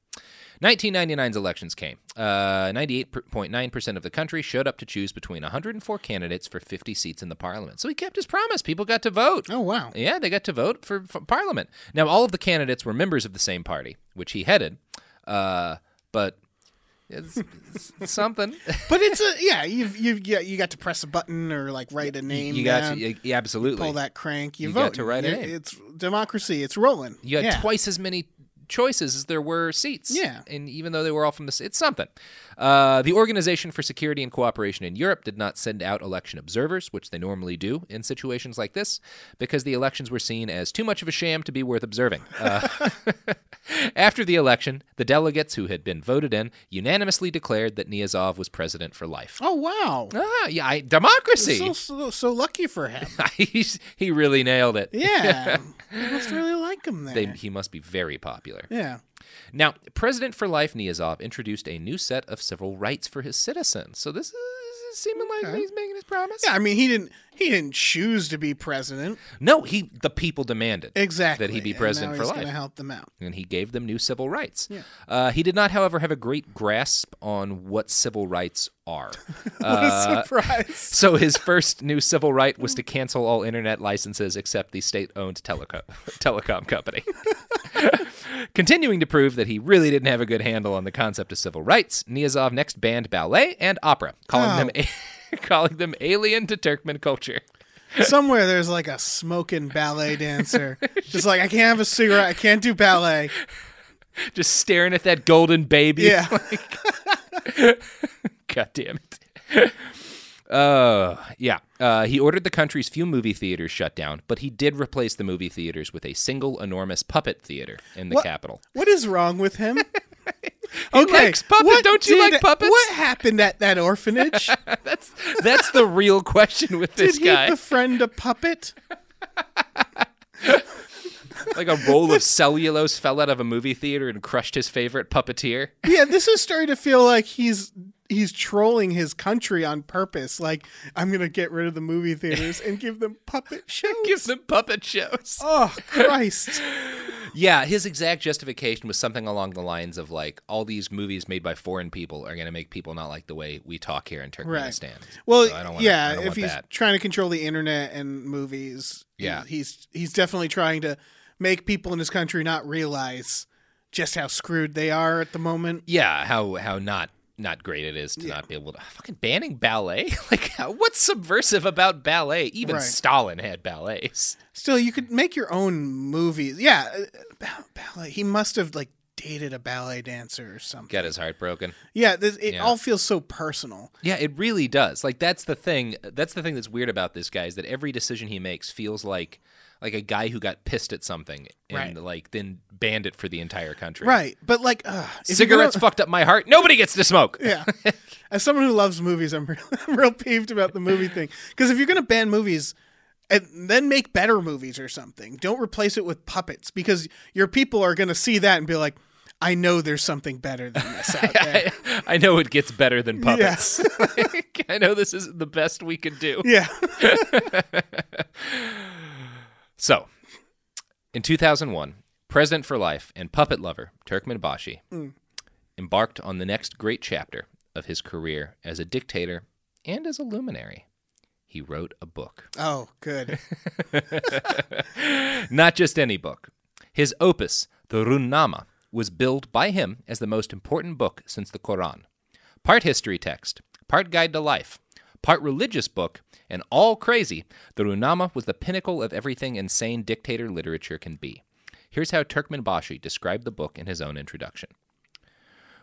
Speaker 1: 1999's elections came. Uh, 98.9% of the country showed up to choose between 104 candidates for 50 seats in the parliament. So he kept his promise. People got to vote.
Speaker 2: Oh wow.
Speaker 1: Yeah, they got to vote for, for parliament. Now, all of the candidates were members of the same party, which he headed, uh, but it's, it's something.
Speaker 2: But it's a yeah, you've you've yeah, you got to press a button or like write a name
Speaker 1: you got
Speaker 2: down,
Speaker 1: to, yeah, yeah, absolutely.
Speaker 2: pull that crank, you,
Speaker 1: You
Speaker 2: vote.
Speaker 1: got to write a
Speaker 2: You-
Speaker 1: name.
Speaker 2: It's democracy, it's rolling.
Speaker 1: You had
Speaker 2: yeah.
Speaker 1: twice as many choices as there were seats.
Speaker 2: Yeah.
Speaker 1: And even though they were all from the, s- it's something. Uh, the Organization for Security and Cooperation in Europe did not send out election observers, which they normally do in situations like this, because the elections were seen as too much of a sham to be worth observing. Uh, <laughs> after the election, the delegates who had been voted in unanimously declared that Niazov was president for life.
Speaker 2: Oh wow.
Speaker 1: Ah, yeah, I, democracy.
Speaker 2: So, so so lucky
Speaker 1: <laughs>
Speaker 2: for him.
Speaker 1: He's- he really nailed it.
Speaker 2: Yeah. they must really like him there.
Speaker 1: They, he must be very popular.
Speaker 2: yeah.
Speaker 1: Now, President for Life Niazov introduced a new set of civil rights for his citizens. So this is, this is seeming like he's making his promise.
Speaker 2: Yeah, I mean he didn't he didn't choose to be president.
Speaker 1: No, he the people demanded
Speaker 2: Exactly.
Speaker 1: that he be
Speaker 2: And
Speaker 1: president
Speaker 2: now
Speaker 1: for
Speaker 2: he's
Speaker 1: life.
Speaker 2: gonna help them out.
Speaker 1: and he gave them new civil rights. Uh, he did not, however, have a great grasp on what civil rights are.
Speaker 2: <laughs>
Speaker 1: Uh,
Speaker 2: What a surprise.
Speaker 1: so his first new civil right was to cancel all internet licenses except the state-owned teleco- <laughs> telecom company. <laughs> Continuing to prove that he really didn't have a good handle on the concept of civil rights, Niazov next banned ballet and opera, calling them
Speaker 2: Oh.
Speaker 1: a- <laughs> calling them alien to Turkmen culture.
Speaker 2: Somewhere there's like a smoking ballet dancer. Just like I can't have a cigarette, I can't do ballet.
Speaker 1: Just staring at that golden baby.
Speaker 2: Yeah.
Speaker 1: <laughs> God damn it. <laughs> Uh, yeah. Uh, he ordered the country's few movie theaters shut down, but he did replace the movie theaters with a single enormous puppet theater in the
Speaker 2: What-
Speaker 1: capital.
Speaker 2: What is wrong with him?
Speaker 1: likes puppets. Don't you like puppets?
Speaker 2: What happened at that orphanage?
Speaker 1: That's that's the real question with <laughs>
Speaker 2: Did
Speaker 1: this
Speaker 2: he
Speaker 1: guy.
Speaker 2: befriend a puppet?
Speaker 1: like a roll of cellulose fell out of a movie theater and crushed his favorite puppeteer. <laughs>
Speaker 2: Yeah, this is starting to feel like he's he's trolling his country on purpose. Like I'm gonna get rid of the movie theaters and give them puppet shows.
Speaker 1: <laughs> Give them puppet shows.
Speaker 2: oh Christ!
Speaker 1: Yeah, his exact justification was something along the lines of like all these movies made by foreign people are going to make people not like the way we talk here in
Speaker 2: Right.
Speaker 1: Turkmenistan.
Speaker 2: Well,
Speaker 1: So I don't wanna- I
Speaker 2: yeah.
Speaker 1: don't
Speaker 2: If
Speaker 1: want
Speaker 2: he's
Speaker 1: that.
Speaker 2: trying to control the internet and movies,
Speaker 1: Yeah.
Speaker 2: he's he's definitely trying to make people in his country not realize just how screwed they are at the moment.
Speaker 1: yeah how how not not great it is to not be able to <sighs> fucking banning ballet <laughs> like how- what's subversive about ballet even
Speaker 2: Right.
Speaker 1: stalin had ballets
Speaker 2: Still, you could make your own movies. Yeah, uh, ba- ballet. He must have like dated a ballet dancer or something.
Speaker 1: got his heart broken
Speaker 2: Yeah, this, it
Speaker 1: Yeah.
Speaker 2: all feels so personal.
Speaker 1: yeah it really does like that's the thing that's the thing that's weird about this guy is that every decision he makes feels like like a guy who got pissed at something and
Speaker 2: Right.
Speaker 1: like then banned it for the entire country
Speaker 2: Right, but like uh,
Speaker 1: cigarettes fucked up my heart nobody gets to smoke
Speaker 2: yeah. <laughs> As someone who loves movies, I'm <laughs> real, I'm real peeved about the movie thing. Because if you're gonna ban movies, and then make better movies or something, don't replace it with puppets because your people are gonna see that and be like, I know there's something better than
Speaker 1: <laughs>
Speaker 2: this out there.
Speaker 1: <laughs> i know it gets better than
Speaker 2: Yeah.
Speaker 1: puppets <laughs> Like, i know this is the best we could do
Speaker 2: <laughs> yeah,
Speaker 1: So, in 2001, President for Life and puppet lover Turkmen Bashi embarked on the next great chapter of his career as a dictator and as a luminary. He wrote a book.
Speaker 2: Oh,
Speaker 1: <laughs>
Speaker 2: good.
Speaker 1: Not just any book. His opus, the Runnama, was billed by him as the most important book since the Quran. Part history text, part guide to life, part religious book, and all crazy, the Runnama was the pinnacle of everything insane dictator literature can be. Here's how Turkmen Bashi described the book in his own introduction.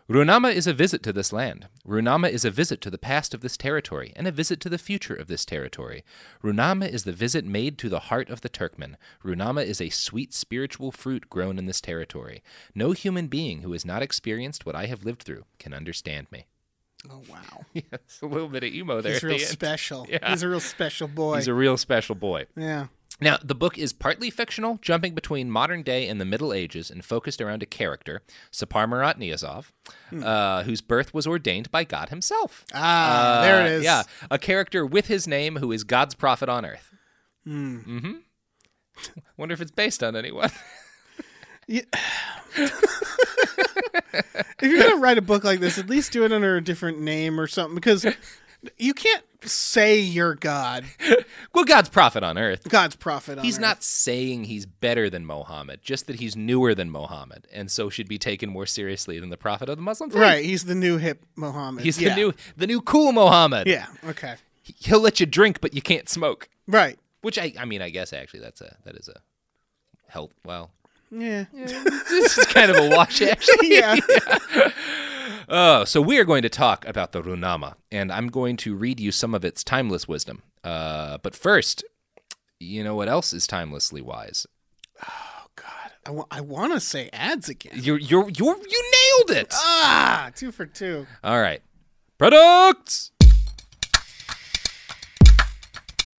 Speaker 1: Runama is a visit to this land. Runama is a visit to the past of this territory and a visit to the future of this territory. Runama is the visit made to the heart of the Turkmen. Runama is a sweet spiritual fruit grown in this territory. No human being who has not experienced what I have lived through can understand me. <laughs>
Speaker 2: Oh wow,
Speaker 1: Yes, a little bit of emo there.
Speaker 2: he's
Speaker 1: at
Speaker 2: real
Speaker 1: the end.
Speaker 2: special.
Speaker 1: Yeah.
Speaker 2: He's a real special boy.
Speaker 1: He's a real special boy.
Speaker 2: yeah.
Speaker 1: Now, the book is partly fictional, jumping between modern day and the Middle Ages, and focused around a character, Sapar Murat Niyazov,
Speaker 2: Hmm.
Speaker 1: uh, whose birth was ordained by God himself.
Speaker 2: Ah, there it
Speaker 1: Uh,
Speaker 2: is.
Speaker 1: Yeah, a character with his name who is God's prophet on earth. Mm. hmm <laughs> Wonder if it's based on anyone. <laughs>
Speaker 2: if you're gonna write a book like this, at least do it under a different name or
Speaker 1: <laughs>
Speaker 2: something because you can't say you're God,
Speaker 1: well, God's prophet on earth.
Speaker 2: God's prophet. On
Speaker 1: He's
Speaker 2: earth.
Speaker 1: not saying he's better than Mohammed, just that he's newer than Mohammed, and so should be taken more seriously than the prophet of the Muslim faith.
Speaker 2: right. He's the new hip Muhammad.
Speaker 1: He's
Speaker 2: Yeah.
Speaker 1: the new, the new cool Mohammed.
Speaker 2: Yeah. Okay.
Speaker 1: he'll let you drink, but you can't smoke.
Speaker 2: Right.
Speaker 1: Which I, I mean, I guess actually that's a that is a health. Well, <laughs>
Speaker 2: Yeah.
Speaker 1: this is kind of a wash,
Speaker 2: <laughs>
Speaker 1: actually. <laughs>
Speaker 2: Yeah.
Speaker 1: Oh, so we are going to talk about the Runama, and I'm going to read you some of its timeless wisdom. Uh, but first, you know what else is timelessly wise?
Speaker 2: I, wa- I want to say ads again.
Speaker 1: You you you you nailed it.
Speaker 2: Ah, two for two.
Speaker 1: All right. Products.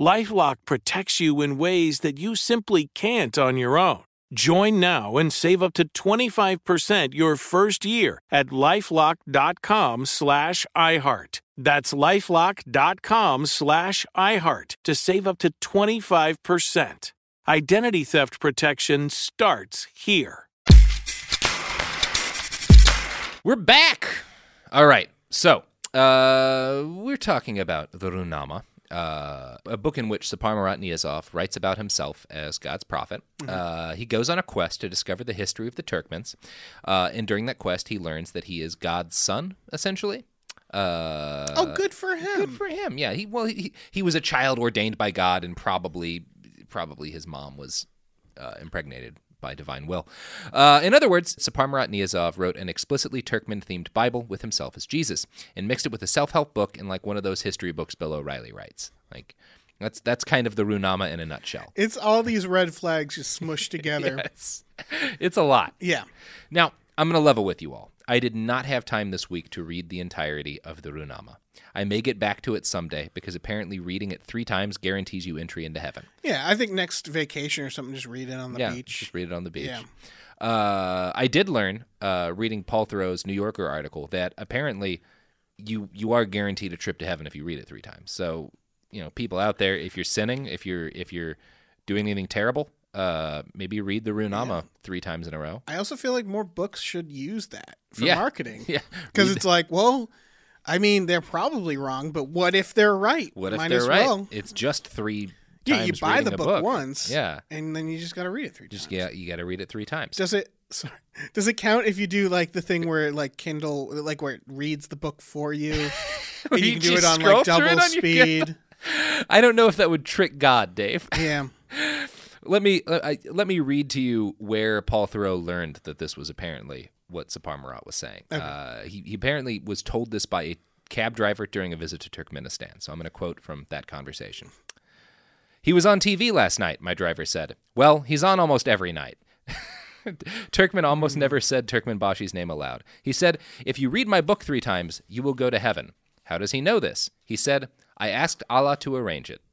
Speaker 3: Lifelock protects you in ways that you simply can't on your own. Join now and save up to 25% your first year at lifelock.com slash iHeart. That's lifelock.com slash iHeart to save up to 25%. Identity theft protection starts here.
Speaker 1: We're back. All right. So, uh, we're talking about the Runama, uh, a book in which Saparmurat Niyazov writes about himself as God's prophet. Uh, he goes on a quest to discover the history of the Turkmens. Uh, and during that quest, he learns that he is God's son, essentially. Uh,
Speaker 2: oh, good for him.
Speaker 1: good for him. Yeah, he well he, he was a child ordained by God, and probably probably his mom was uh, impregnated by divine will. Uh, in other words, Saparmurat Niyazov wrote an explicitly Turkmen-themed Bible with himself as Jesus, and mixed it with a self-help book and like one of those history books Bill O'Reilly writes. Like that's that's kind of the Runama in a nutshell.
Speaker 2: It's all these red
Speaker 1: <laughs>
Speaker 2: flags just smushed together.
Speaker 1: It's it's a lot.
Speaker 2: yeah.
Speaker 1: Now, I'm going to level with you all. I did not have time this week to read the entirety of the Runama. I may get back to it someday because apparently reading it three times guarantees you entry into heaven.
Speaker 2: Yeah, I think next vacation or something, just read it on the
Speaker 1: yeah,
Speaker 2: beach.
Speaker 1: just read it on the beach.
Speaker 2: Yeah.
Speaker 1: Uh, I did learn uh, reading Paul Thoreau's New Yorker article that apparently you you are guaranteed a trip to heaven if you read it three times. So you know, people out there, if you're sinning, if you're if you're doing anything terrible, uh, maybe read the Runama three times in a row.
Speaker 2: I also feel like more books should use that for
Speaker 1: Yeah.
Speaker 2: marketing.
Speaker 1: <laughs> Yeah.
Speaker 2: Because
Speaker 1: Read-
Speaker 2: it's like, well, I mean, they're probably wrong, but what if they're right?
Speaker 1: What if
Speaker 2: Might
Speaker 1: they're
Speaker 2: as
Speaker 1: right?
Speaker 2: well.
Speaker 1: It's just three.
Speaker 2: Yeah, you
Speaker 1: times
Speaker 2: buy
Speaker 1: reading
Speaker 2: the
Speaker 1: a
Speaker 2: book, once,
Speaker 1: Yeah,
Speaker 2: and then you just got to read it three
Speaker 1: just
Speaker 2: times.
Speaker 1: yeah, you got to read it three times.
Speaker 2: Does it? <laughs> Sorry, does it count if you do like the thing where like Kindle, like where it reads the book for
Speaker 1: <laughs>
Speaker 2: you, and
Speaker 1: you
Speaker 2: you can do it
Speaker 1: just
Speaker 2: on
Speaker 1: scroll
Speaker 2: like
Speaker 1: through it
Speaker 2: double
Speaker 1: on your
Speaker 2: speed?
Speaker 1: I don't know if that would trick God, Dave.
Speaker 2: Yeah,
Speaker 1: Let me let, I, let me read to you where Paul Thoreau learned that this was apparently what Sapar Marat was saying. Uh, he, he apparently was told this by a cab driver during a visit to Turkmenistan. So I'm going to quote from that conversation. He was on TV last night, my driver said. Well, he's on almost every night. <laughs> Turkman almost never said Turkmen Bashi's name aloud. He said, If you read my book three times, you will go to heaven. How does he know this? He said, I asked Allah to arrange it. <laughs>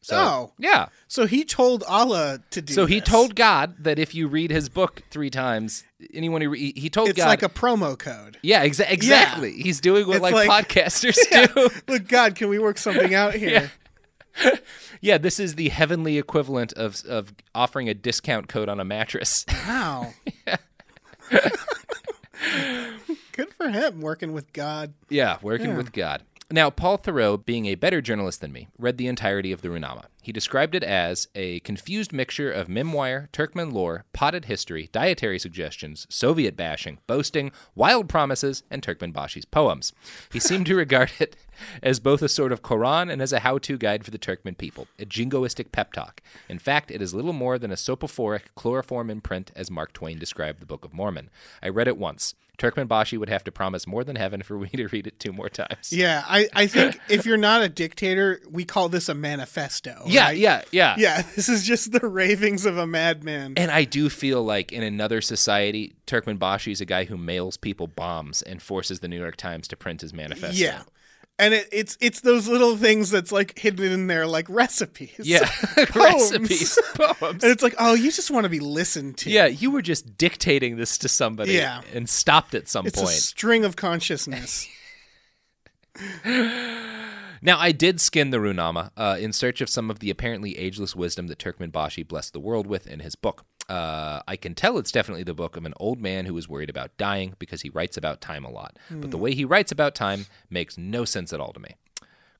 Speaker 1: So,
Speaker 2: Oh.
Speaker 1: yeah.
Speaker 2: so he told Allah to do.
Speaker 1: So he
Speaker 2: this.
Speaker 1: told God that if you read his book three times, anyone who re- he told
Speaker 2: It's
Speaker 1: God,
Speaker 2: like a promo code. <laughs>
Speaker 1: yeah, exa- exactly. He's doing what
Speaker 2: It's
Speaker 1: like,
Speaker 2: like- <laughs>
Speaker 1: podcasters do.
Speaker 2: Look, God, can we work something
Speaker 1: <laughs>
Speaker 2: out here?
Speaker 1: Yeah, this is the heavenly equivalent of of offering a discount code on a mattress. <laughs>
Speaker 2: Wow. <laughs> Good for him working with God.
Speaker 1: Yeah, working with God. Now, Paul Thoreau, being a better journalist than me, read the entirety of the Runama. He described it as a confused mixture of memoir, Turkmen lore, potted history, dietary suggestions, Soviet bashing, boasting, wild promises, and Turkmen Bashi's poems. He seemed to regard it as both a sort of Koran and as a how to guide for the Turkmen people, a jingoistic pep talk. In fact, it is little more than a sopophoric chloroform imprint, as Mark Twain described the Book of Mormon. I read it once. Turkmenbashi would have to promise more than heaven for <laughs> me to read it two more times.
Speaker 2: Yeah, I, I think if you're not a dictator, we call this a manifesto.
Speaker 1: yeah,
Speaker 2: right?
Speaker 1: yeah, yeah.
Speaker 2: Yeah, <laughs> this is just the ravings of a madman.
Speaker 1: And I do feel like in another society, Turkmenbashi is a guy who mails people bombs and forces the New York Times to print his manifesto.
Speaker 2: Yeah. And it, it's it's those little things that's like hidden in there, like recipes.
Speaker 1: Yeah.
Speaker 2: <laughs>
Speaker 1: <laughs>
Speaker 2: Poems. <laughs>
Speaker 1: Recipes, poems.
Speaker 2: And it's like, oh, you just want to be listened to.
Speaker 1: Yeah, you were just dictating this to somebody
Speaker 2: Yeah.
Speaker 1: and stopped at some
Speaker 2: it's a
Speaker 1: point.
Speaker 2: string of consciousness.
Speaker 1: <laughs> Now, I did skin the Runama uh, in search of some of the apparently ageless wisdom that Turkmenbashi blessed the world with in his book. Uh, I can tell it's definitely the book of an old man who is worried about dying because he writes about time a lot. But the way he writes about time makes no sense at all to me.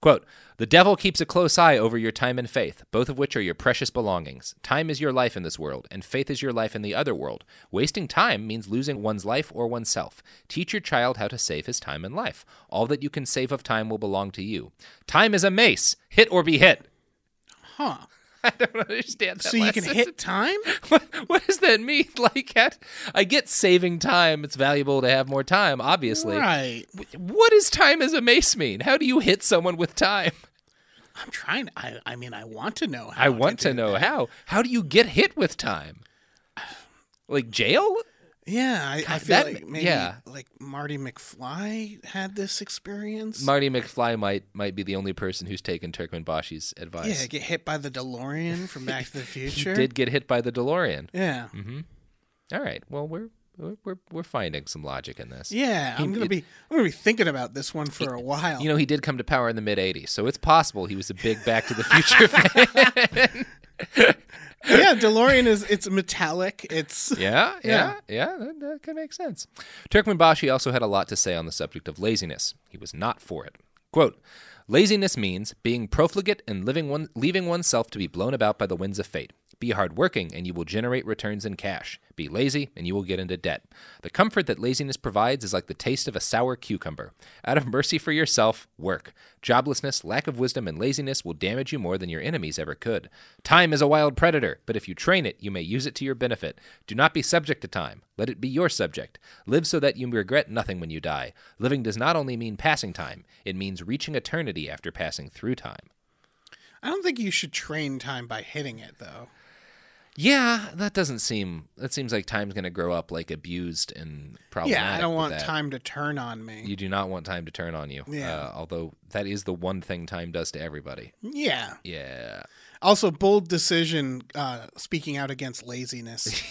Speaker 1: Quote, the devil keeps a close eye over your time and faith, both of which are your precious belongings. Time is your life in this world, and faith is your life in the other world. Wasting time means losing one's life or oneself. Teach your child how to save his time and life. All that you can save of time will belong to you. Time is a mace. Hit or be hit. <laughs>
Speaker 2: Huh.
Speaker 1: I don't understand that.
Speaker 2: So you
Speaker 1: last
Speaker 2: can
Speaker 1: sentence.
Speaker 2: hit time?
Speaker 1: What, <laughs> what does that mean? Like, I- I get saving time. It's valuable to have more time, obviously.
Speaker 2: Right.
Speaker 1: What does time as a mace mean? How do you hit someone with time?
Speaker 2: I'm trying. I, I mean, I want to know. How
Speaker 1: I want to know how. How do you get hit with time? Like jail?
Speaker 2: Yeah, I, I
Speaker 1: God,
Speaker 2: feel
Speaker 1: that
Speaker 2: like
Speaker 1: ma-
Speaker 2: maybe
Speaker 1: yeah.
Speaker 2: like Marty McFly had this experience.
Speaker 1: Marty McFly might might be the only person who's taken Turkmen Bashi's advice.
Speaker 2: yeah, get hit by the DeLorean from Back to the
Speaker 1: <laughs>
Speaker 2: Future.
Speaker 1: He did get Mm-hmm. hit by the DeLorean.
Speaker 2: Yeah,
Speaker 1: All right. Well, we're we're we're- we're finding some logic in this.
Speaker 2: yeah.
Speaker 1: He-
Speaker 2: I'm gonna
Speaker 1: it-
Speaker 2: be I'm gonna be thinking about this one for a while.
Speaker 1: You know, he did come to power in the mid '80s, so it's possible he was a big Back
Speaker 2: <laughs>
Speaker 1: to the Future fan.
Speaker 2: <laughs>
Speaker 1: <laughs>
Speaker 2: yeah, DeLorean is it's metallic. It's
Speaker 1: Yeah, yeah, yeah. that, that could make sense. Turkmenbashi also had a lot to say on the subject of laziness. He was not for it. Quote, Laziness means being profligate and living one, leaving oneself to be blown about by the winds of fate. Be hardworking and you will generate returns in cash. Be lazy and you will get into debt. The comfort that laziness provides is like the taste of a sour cucumber. Out of mercy for yourself, work. Joblessness, lack of wisdom, and laziness will damage you more than your enemies ever could. Time is a wild predator, but if you train it, you may use it to your benefit. Do not be subject to time. Let it be your subject. Live so that you regret nothing when you die. Living does not only mean passing time, it means reaching eternity after passing through time.
Speaker 2: I don't think you should train time by hitting it though.
Speaker 1: Yeah, that doesn't seem. That seems like time's going to grow up like abused and problematic.
Speaker 2: Yeah, I don't
Speaker 1: with
Speaker 2: want
Speaker 1: that.
Speaker 2: time to turn on me.
Speaker 1: You do not want time to turn on you.
Speaker 2: Yeah.
Speaker 1: Uh, although that is the one thing time does to everybody.
Speaker 2: Yeah. <laughs>
Speaker 1: Yeah.
Speaker 2: Also, bold decision uh, speaking out against
Speaker 1: <laughs>
Speaker 2: laziness.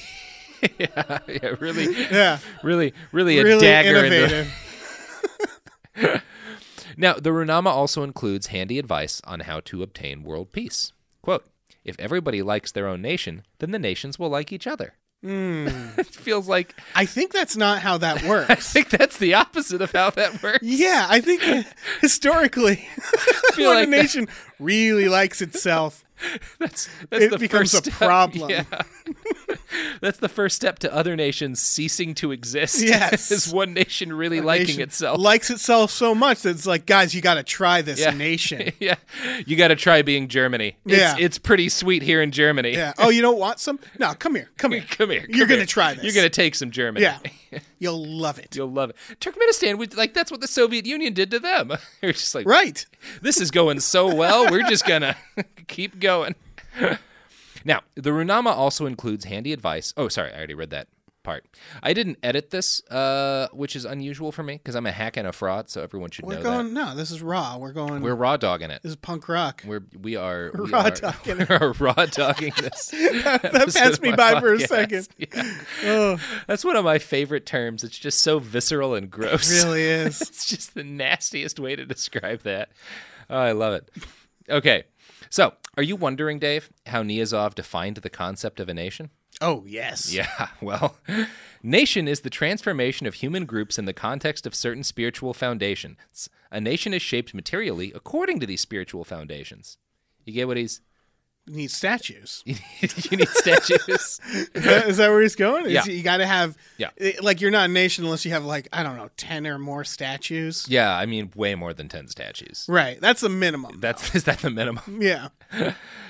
Speaker 1: yeah. Yeah. Really.
Speaker 2: <laughs> Yeah.
Speaker 1: Really. Really a dagger in the. <laughs> Now, the Runama also includes handy advice on how to obtain world peace. Quote, if everybody likes their own nation, then the nations will like each other.
Speaker 2: Hmm.
Speaker 1: <laughs> it feels like
Speaker 2: I think that's not how
Speaker 1: <laughs>
Speaker 2: that
Speaker 1: I
Speaker 2: works.
Speaker 1: think that's the opposite of how that works.
Speaker 2: <laughs> yeah, I think uh,
Speaker 1: <laughs>
Speaker 2: historically,
Speaker 1: feel
Speaker 2: when
Speaker 1: like
Speaker 2: a
Speaker 1: that-
Speaker 2: nation really likes itself,
Speaker 1: That's, <laughs> that's
Speaker 2: It
Speaker 1: the
Speaker 2: becomes
Speaker 1: first
Speaker 2: a
Speaker 1: step. <laughs>
Speaker 2: problem.
Speaker 1: Yeah. that's the first step to other nations ceasing to exist. <laughs>
Speaker 2: Yes.
Speaker 1: is one nation really
Speaker 2: a
Speaker 1: liking
Speaker 2: nation
Speaker 1: itself?
Speaker 2: likes itself so much that it's like, guys, you got to try this
Speaker 1: Yeah. <laughs>
Speaker 2: nation.
Speaker 1: <laughs> yeah, you got to try being Germany. It's,
Speaker 2: Yeah.
Speaker 1: it's pretty sweet here in Germany.
Speaker 2: Yeah. Oh, you don't want some? No, come here. Come here.
Speaker 1: come here.
Speaker 2: You're
Speaker 1: come
Speaker 2: gonna
Speaker 1: here.
Speaker 2: try this.
Speaker 1: You're gonna take some Germany.
Speaker 2: Yeah. You'll love
Speaker 1: <laughs>
Speaker 2: it.
Speaker 1: You'll love it. Turkmenistan, we, like that's what the Soviet Union did to them. <laughs> They're just like, <laughs>
Speaker 2: right.
Speaker 1: this is going so well, we're just gonna <laughs> keep going. <laughs> now, the runama also includes handy advice. Oh, sorry, I already read that part. I didn't edit this, uh, which is unusual for me because I'm a hack and a fraud, so everyone should
Speaker 2: We're
Speaker 1: know
Speaker 2: going.
Speaker 1: that.
Speaker 2: No, this is raw. We're going.
Speaker 1: We're raw dogging it.
Speaker 2: this is punk rock.
Speaker 1: We're we are we
Speaker 2: raw
Speaker 1: are- <laughs>
Speaker 2: dogging
Speaker 1: we
Speaker 2: it.
Speaker 1: are raw dogging this.
Speaker 2: <laughs> <laughs> that passed me
Speaker 1: <laughs>
Speaker 2: by for a second. Oh,
Speaker 1: That's one of my favorite terms. It's just so visceral and gross.
Speaker 2: <laughs> Really
Speaker 1: <laughs>
Speaker 2: is.
Speaker 1: it's just the nastiest way to describe that. Oh, I love it. Okay. So, are you wondering, Dave, how Niazov defined the concept of a nation? <laughs>
Speaker 2: Oh yes.
Speaker 1: Yeah, well, nation is the transformation of human groups in the context of certain spiritual foundations. A nation is shaped materially according to these spiritual foundations. You get what he's. <laughs>
Speaker 2: Need statues.
Speaker 1: You need statues.
Speaker 2: Is that, is that where he's going? Is
Speaker 1: Yeah.
Speaker 2: You got to have.
Speaker 1: Yeah.
Speaker 2: it- like you're not a nation unless you have like I don't know ten or more statues.
Speaker 1: yeah, I mean, way more than 10 statues.
Speaker 2: Right. That's the minimum.
Speaker 1: That's <laughs> Is that the minimum?
Speaker 2: <laughs> yeah.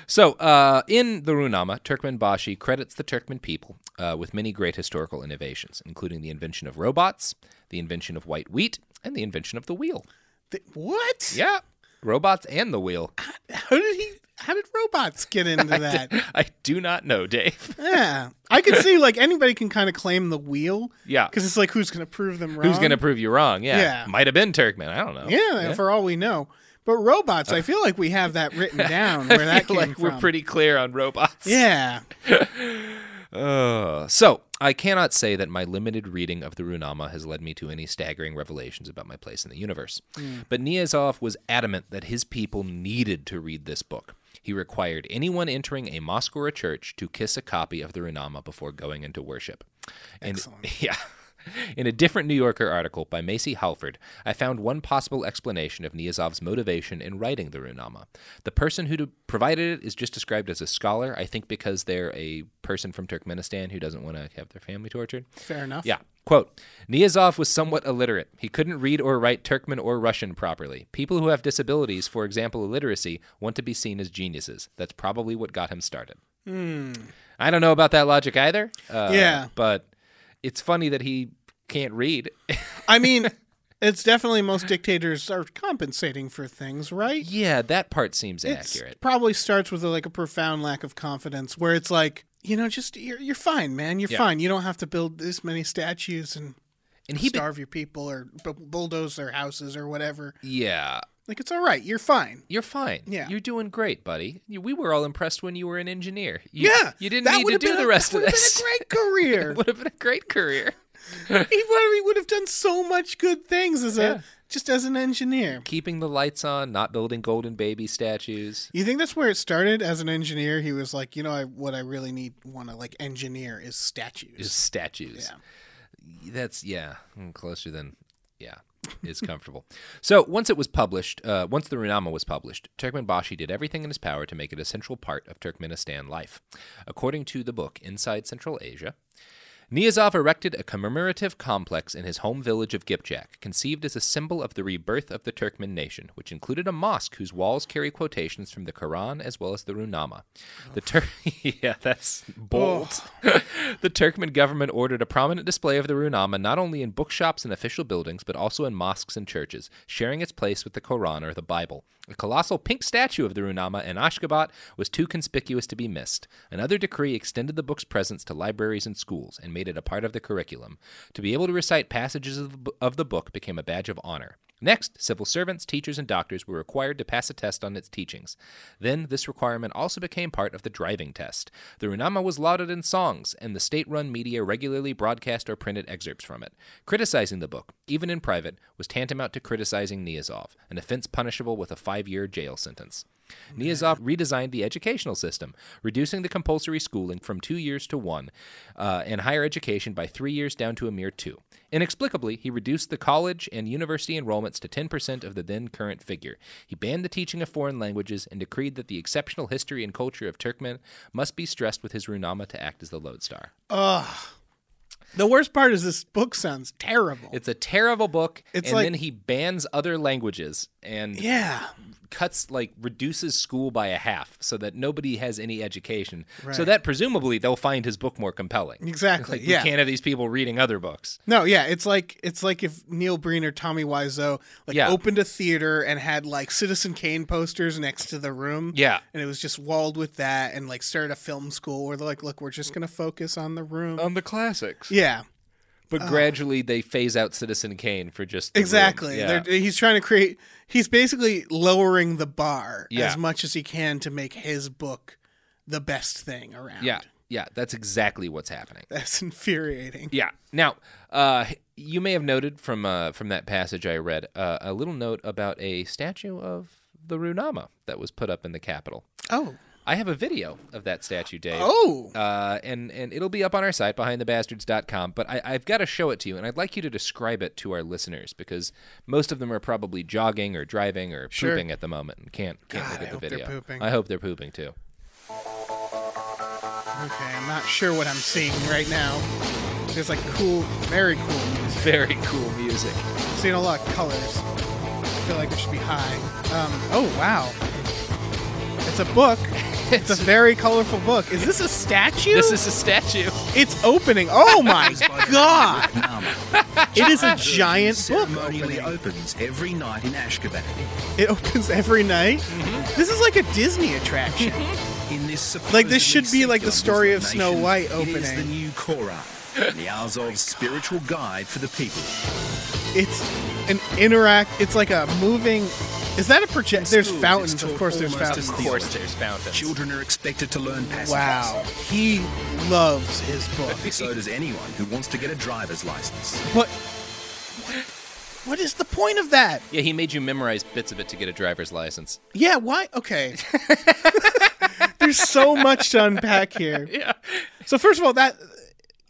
Speaker 1: So, uh, in the Runama, Turkmenbashi credits the Turkmen people uh, with many great historical innovations, including the invention of robots, the invention of white wheat, and the invention of the wheel.
Speaker 2: Th- what?
Speaker 1: Yeah, robots and the wheel. <laughs>
Speaker 2: How did he? How did robots get into that?
Speaker 1: I do not know, Dave. <laughs>
Speaker 2: Yeah, I could see like anybody can kind of claim the wheel.
Speaker 1: Yeah.
Speaker 2: because it's like who's going to prove them wrong?
Speaker 1: Who's going to prove you wrong? Yeah,
Speaker 2: Yeah.
Speaker 1: might have been Turkmen. I don't know.
Speaker 2: Yeah, for all we know. But robots, I feel like we have that written down where
Speaker 1: Uh. <laughs> I
Speaker 2: that
Speaker 1: feel
Speaker 2: came
Speaker 1: like
Speaker 2: from.
Speaker 1: we're pretty clear on robots.
Speaker 2: Yeah,
Speaker 1: Uh, so, I cannot say that my limited reading of the Runama has led me to any staggering revelations about my place in the universe. But Niazov was adamant that his people needed to read this book. He required anyone entering a mosque or a church to kiss a copy of the Runama before going into worship. And, <laughs> Yeah. In a different New Yorker article by Macy Halford, I found one possible explanation of Niazov's motivation in writing the Runama. The person who d- provided it is just described as a scholar, I think because they're a person from Turkmenistan who doesn't want to have their family tortured.
Speaker 2: fair enough.
Speaker 1: Yeah. Quote Niazov was somewhat illiterate. He couldn't read or write Turkmen or Russian properly. People who have disabilities, for example, illiteracy, want to be seen as geniuses. That's probably what got him started. I don't know about that logic either. Uh,
Speaker 2: Hmm. Yeah.
Speaker 1: But it's funny that he can't read. <laughs>
Speaker 2: I mean, it's definitely most dictators are compensating for things, right?
Speaker 1: yeah, that part seems
Speaker 2: It's
Speaker 1: accurate.
Speaker 2: probably starts with like a profound lack of confidence, where it's like, you know, just you're you're fine, man. You're
Speaker 1: Yeah.
Speaker 2: fine. You don't have to build this many statues and
Speaker 1: And he. be-
Speaker 2: starve your people or bu- bulldoze their houses or whatever.
Speaker 1: yeah.
Speaker 2: Like it's all right. You're fine.
Speaker 1: You're fine.
Speaker 2: Yeah.
Speaker 1: You're doing great, buddy. You- We were all impressed when you were an engineer. You,
Speaker 2: yeah,
Speaker 1: You didn't
Speaker 2: that
Speaker 1: need to
Speaker 2: would've
Speaker 1: do
Speaker 2: been
Speaker 1: the
Speaker 2: a-
Speaker 1: rest of
Speaker 2: would've
Speaker 1: this. <laughs>
Speaker 2: Been a great career.
Speaker 1: Would have been a great career.
Speaker 2: he would he would have done so much good things as
Speaker 1: Yeah.
Speaker 2: a just as an engineer.
Speaker 1: Keeping the lights on, not building golden baby statues.
Speaker 2: You think that's where it started? As an engineer, he was like, you know, I, what I really need want to like engineer is statues.
Speaker 1: Just statues. That's yeah, mm, closer than yeah is comfortable. <laughs> so once it was published, uh, once the Runama was published, Turkmenbashi did everything in his power to make it a central part of Turkmenistan life. According to the book Inside Central Asia, Niyazov erected a commemorative complex in his home village of Gipjak, conceived as a symbol of the rebirth of the Turkmen nation, which included a mosque whose walls carry quotations from the Quran as well as the Runama. The Tur- <laughs> yeah, that's bold. <laughs> the Turkmen government ordered a prominent display of the Runama not only in bookshops and official buildings, but also in mosques and churches, sharing its place with the Quran or the Bible. A colossal pink statue of the Runama in Ashgabat was too conspicuous to be missed. Another decree extended the book's presence to libraries and schools and made it a part of the curriculum. To be able to recite passages of the bu- of the book became a badge of honor. Next, civil servants, teachers, and doctors were required to pass a test on its teachings. Then, this requirement also became part of the driving test. The Runama was lauded in songs, and the state run media regularly broadcast or printed excerpts from it. Criticizing the book, even in private, was tantamount to criticizing Niyazov, an offense punishable with a five year jail sentence. Niyazov redesigned the educational system, reducing the compulsory schooling from two years to one, uh, and higher education by three years down to a mere two. Inexplicably, he reduced the college and university enrollments to 10% of the then current figure. He banned the teaching of foreign languages and decreed that the exceptional history and culture of Turkmen must be stressed with his runama to act as the lodestar.
Speaker 2: The worst part is this book sounds terrible.
Speaker 1: It's a terrible book,
Speaker 2: It's
Speaker 1: and
Speaker 2: like-
Speaker 1: then he bans other languages and
Speaker 2: yeah.
Speaker 1: cuts like reduces school by a half so that nobody has any education. So
Speaker 2: Right.
Speaker 1: that presumably they'll find his book more compelling.
Speaker 2: Exactly.
Speaker 1: Like
Speaker 2: yeah.
Speaker 1: you can't have these people reading other books.
Speaker 2: No, yeah, it's like it's like if Neil Breen or Tommy Wiseau like
Speaker 1: Yeah.
Speaker 2: opened a theater and had like Citizen Kane posters next to the room.
Speaker 1: Yeah.
Speaker 2: and it was just walled with that, and like started a film school where they're like, look, we're just gonna focus on the room.
Speaker 1: Um, the classics.
Speaker 2: yeah, uh,
Speaker 1: But gradually they phase out Citizen Kane for just the room.
Speaker 2: exactly.
Speaker 1: Yeah.
Speaker 2: They're, he's trying to create. He's basically lowering the bar
Speaker 1: Yeah.
Speaker 2: as much as he can to make his book the best thing around.
Speaker 1: yeah. Yeah, that's exactly what's happening.
Speaker 2: <laughs> that's infuriating.
Speaker 1: Yeah. Now, uh, you may have noted from uh, from that passage I read uh, a little note about a statue of the Runama that was put up in the Capitol.
Speaker 2: Oh,
Speaker 1: I have a video of that statue, Dave.
Speaker 2: oh,
Speaker 1: Uh, and and it'll be up on our site behindthebastards.com but I, i've got to show it to you and i'd like you to describe it to our listeners because most of them are probably jogging or driving or
Speaker 2: Sure.
Speaker 1: pooping at the moment and can't can't
Speaker 2: God,
Speaker 1: look at
Speaker 2: I
Speaker 1: the
Speaker 2: hope they're
Speaker 1: video
Speaker 2: pooping.
Speaker 1: i hope they're pooping too
Speaker 2: okay. I'm not sure what I'm seeing right now. There's like cool, very cool music.
Speaker 1: very cool music
Speaker 2: Seeing a lot of colors. I feel like it should be high. Um, oh wow, it's a book. <laughs> It's a very colorful book. Is this a
Speaker 1: <laughs>
Speaker 2: statue?
Speaker 1: this is a statue
Speaker 2: It's opening.
Speaker 1: <laughs>
Speaker 2: Oh my god! It is a giant book
Speaker 4: Ceremonially
Speaker 2: opening.
Speaker 4: opens every night in Ashgabat.
Speaker 2: It opens every night.
Speaker 1: Mm-hmm.
Speaker 2: This is like a Disney attraction.
Speaker 4: In this
Speaker 2: Like, this should be like the
Speaker 4: supposedly
Speaker 2: story of
Speaker 4: secular
Speaker 2: Snow
Speaker 4: nation,
Speaker 2: White
Speaker 4: It is the
Speaker 2: opening.
Speaker 4: new Korah, Niazov's spiritual guide for the people.
Speaker 2: It's an interact. It's like a moving. Is that a project? There's
Speaker 4: School is
Speaker 2: fountains, of
Speaker 4: taught
Speaker 2: course. There's
Speaker 4: almost as
Speaker 2: fountains.
Speaker 1: of course there's fountains
Speaker 4: Children are expected to learn passages.
Speaker 2: Wow, he loves his book.
Speaker 4: So does anyone who wants to get a driver's license.
Speaker 2: What? What is the point of that?
Speaker 1: yeah he made you memorize bits of it to get a driver's license
Speaker 2: Yeah, why?
Speaker 1: <laughs>
Speaker 2: Okay. There's so much to unpack here.
Speaker 1: <laughs> yeah
Speaker 2: So first of all, that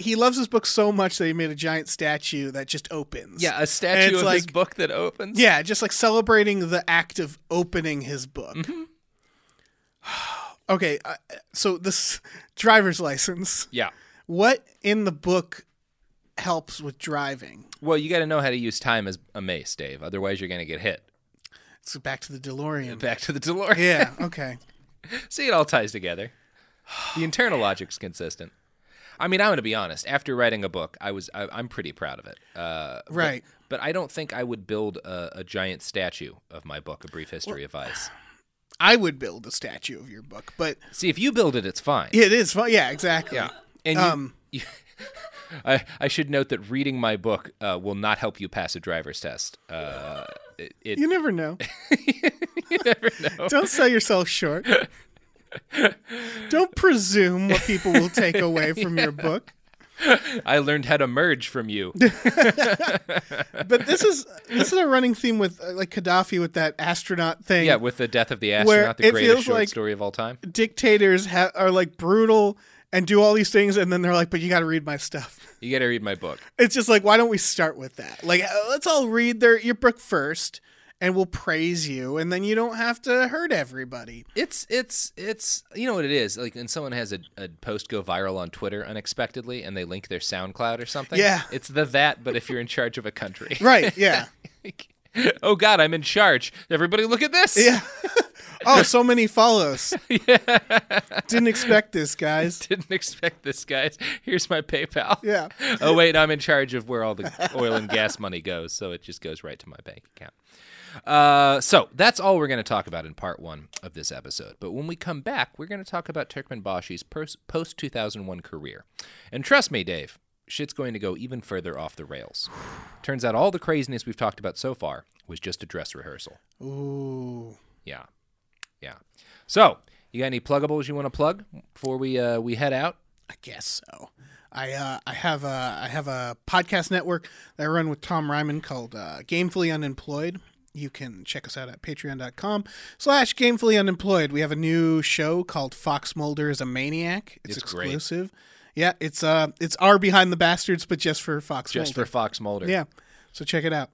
Speaker 2: he loves his book so much that he made a giant statue that just opens.
Speaker 1: yeah a
Speaker 2: And
Speaker 1: statue
Speaker 2: it's
Speaker 1: of
Speaker 2: like,
Speaker 1: his book that opens
Speaker 2: Yeah, just like celebrating the act of opening his book.
Speaker 1: Mm-hmm.
Speaker 2: <sighs> okay, uh, so this driver's license.
Speaker 1: yeah
Speaker 2: What in the book helps with driving?
Speaker 1: well you got to know how to use time as a mace dave otherwise you're going to get hit
Speaker 2: So back to the DeLorean.
Speaker 1: back to the delorean Uh,
Speaker 2: Yeah.
Speaker 1: <laughs>
Speaker 2: Okay.
Speaker 1: See, it all ties together. The internal logic's consistent. I mean, I'm going to be honest. After writing a book, I was I, I'm pretty proud of it. Uh, but-
Speaker 2: Right.
Speaker 1: But, I don't think I would build a, a giant statue of my book, A Brief History of Ice.
Speaker 2: I would build a statue of your book, but
Speaker 1: See, if you build it, it's fine.
Speaker 2: it is fun. Yeah, Um, exactly.
Speaker 1: Yeah. And you- you, I I should note that reading my book uh, will not help you pass a driver's test. Uh, it, it,
Speaker 2: You
Speaker 1: <laughs>
Speaker 2: never know. Don't sell yourself short. Don't presume what people
Speaker 1: <laughs>
Speaker 2: will take away from your book.
Speaker 1: I learned how to merge from
Speaker 2: <laughs>
Speaker 1: you.
Speaker 2: But this is this is a running theme with uh, like Gaddafi with that astronaut thing.
Speaker 1: yeah, with the death of the astronaut, the
Speaker 2: it
Speaker 1: greatest
Speaker 2: feels
Speaker 1: short
Speaker 2: like-
Speaker 1: story of all time.
Speaker 2: dictators ha- are like brutal and do all these things, and then they're like, "But you got to read my stuff." <laughs>
Speaker 1: You got to read my book.
Speaker 2: It's just like, why don't we start with that? Like, uh, let's all read their your book first, and will praise you, and then you don't have to hurt everybody.
Speaker 1: It's it's it's you know what it is like when someone has a, a post go viral on Twitter unexpectedly and they link their SoundCloud or something.
Speaker 2: Yeah.
Speaker 1: it's the that, but if you're in charge of a country, <laughs>
Speaker 2: Right, yeah.
Speaker 1: oh God, I'm in charge. Everybody, look at this.
Speaker 2: Yeah. <laughs> oh, so many follows. Didn't expect this,
Speaker 1: <laughs>
Speaker 2: guys.
Speaker 1: Didn't expect this, guys. Here's my PayPal.
Speaker 2: Yeah.
Speaker 1: <laughs> oh wait, I'm in charge of where all the oil and gas money goes, so it just goes right to my bank account. Uh, so that's all we're going to talk about in part one of this episode. But when we come back, we're going to talk about Turkmenbashi's post 2001 career. And trust me, Dave, shit's going to go even further off the rails. Turns out all the craziness we've talked about so far was just a dress rehearsal.
Speaker 2: Ooh.
Speaker 1: Yeah, yeah. So you got any pluggables you want to plug before we uh, we head out?
Speaker 2: I guess so. I uh, I have a I have a podcast network that I run with Tom Ryman called uh, Gamefully Unemployed. You can check us out at patreon.com slash gamefully unemployed. We have a new show called Fox Mulder is a Maniac. It's,
Speaker 1: It's great.
Speaker 2: exclusive. Yeah, it's uh it's our behind the bastards, but just for Fox
Speaker 1: Just
Speaker 2: Mulder.
Speaker 1: for Fox Mulder.
Speaker 2: Yeah. So check it out.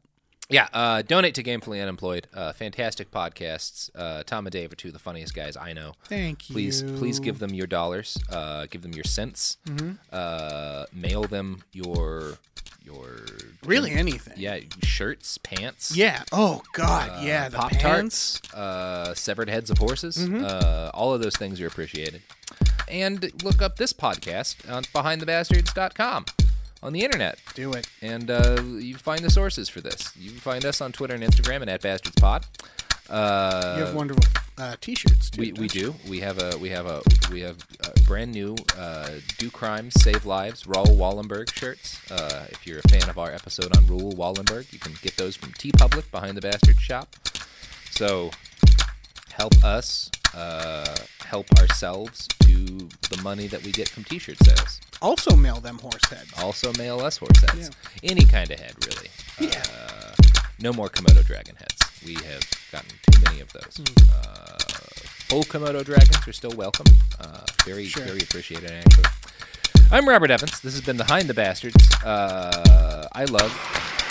Speaker 1: Yeah, uh, donate to Gamefully Unemployed. Uh, fantastic podcasts. Uh, Tom and Dave are two of the funniest guys I know.
Speaker 2: Thank you.
Speaker 1: Please, please give them your dollars. Uh, give them your cents.
Speaker 2: Mhm.
Speaker 1: Uh, mail them your your
Speaker 2: Really anything.
Speaker 1: Yeah, shirts, pants.
Speaker 2: Yeah. Oh god,
Speaker 1: uh,
Speaker 2: yeah. The
Speaker 1: Pop
Speaker 2: pants.
Speaker 1: tarts,
Speaker 2: Mm-hmm.
Speaker 1: uh, severed heads of horses. Uh, all of those things are appreciated. And look up this podcast on BehindTheBastards.com on the internet.
Speaker 2: Do it.
Speaker 1: And uh, you find the sources for this. You can find us on Twitter and Instagram and at BastardsPod. Uh,
Speaker 2: you have wonderful uh, t-shirts too.
Speaker 1: we, we
Speaker 2: don't you?
Speaker 1: do. We have a we have a we have uh brand new uh, "Do Crime, Save Lives" Raul Wallenberg shirts. Uh, if you're a fan of our episode on Raul Wallenberg, you can get those from T Public behind the Bastard Shop. So help us uh, help ourselves to the money that we get from T-shirt sales.
Speaker 2: Also mail them horse heads.
Speaker 1: Also mail us horse heads, any kind of head really.
Speaker 2: Yeah.
Speaker 1: Uh, no more Komodo dragon heads. We have gotten too many of those. Uh, full Komodo dragons are still welcome. Uh, very,
Speaker 2: Sure.
Speaker 1: very appreciated, actually. I'm Robert Evans. This has been Behind the Bastards. Uh, I love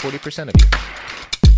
Speaker 1: 40% of you.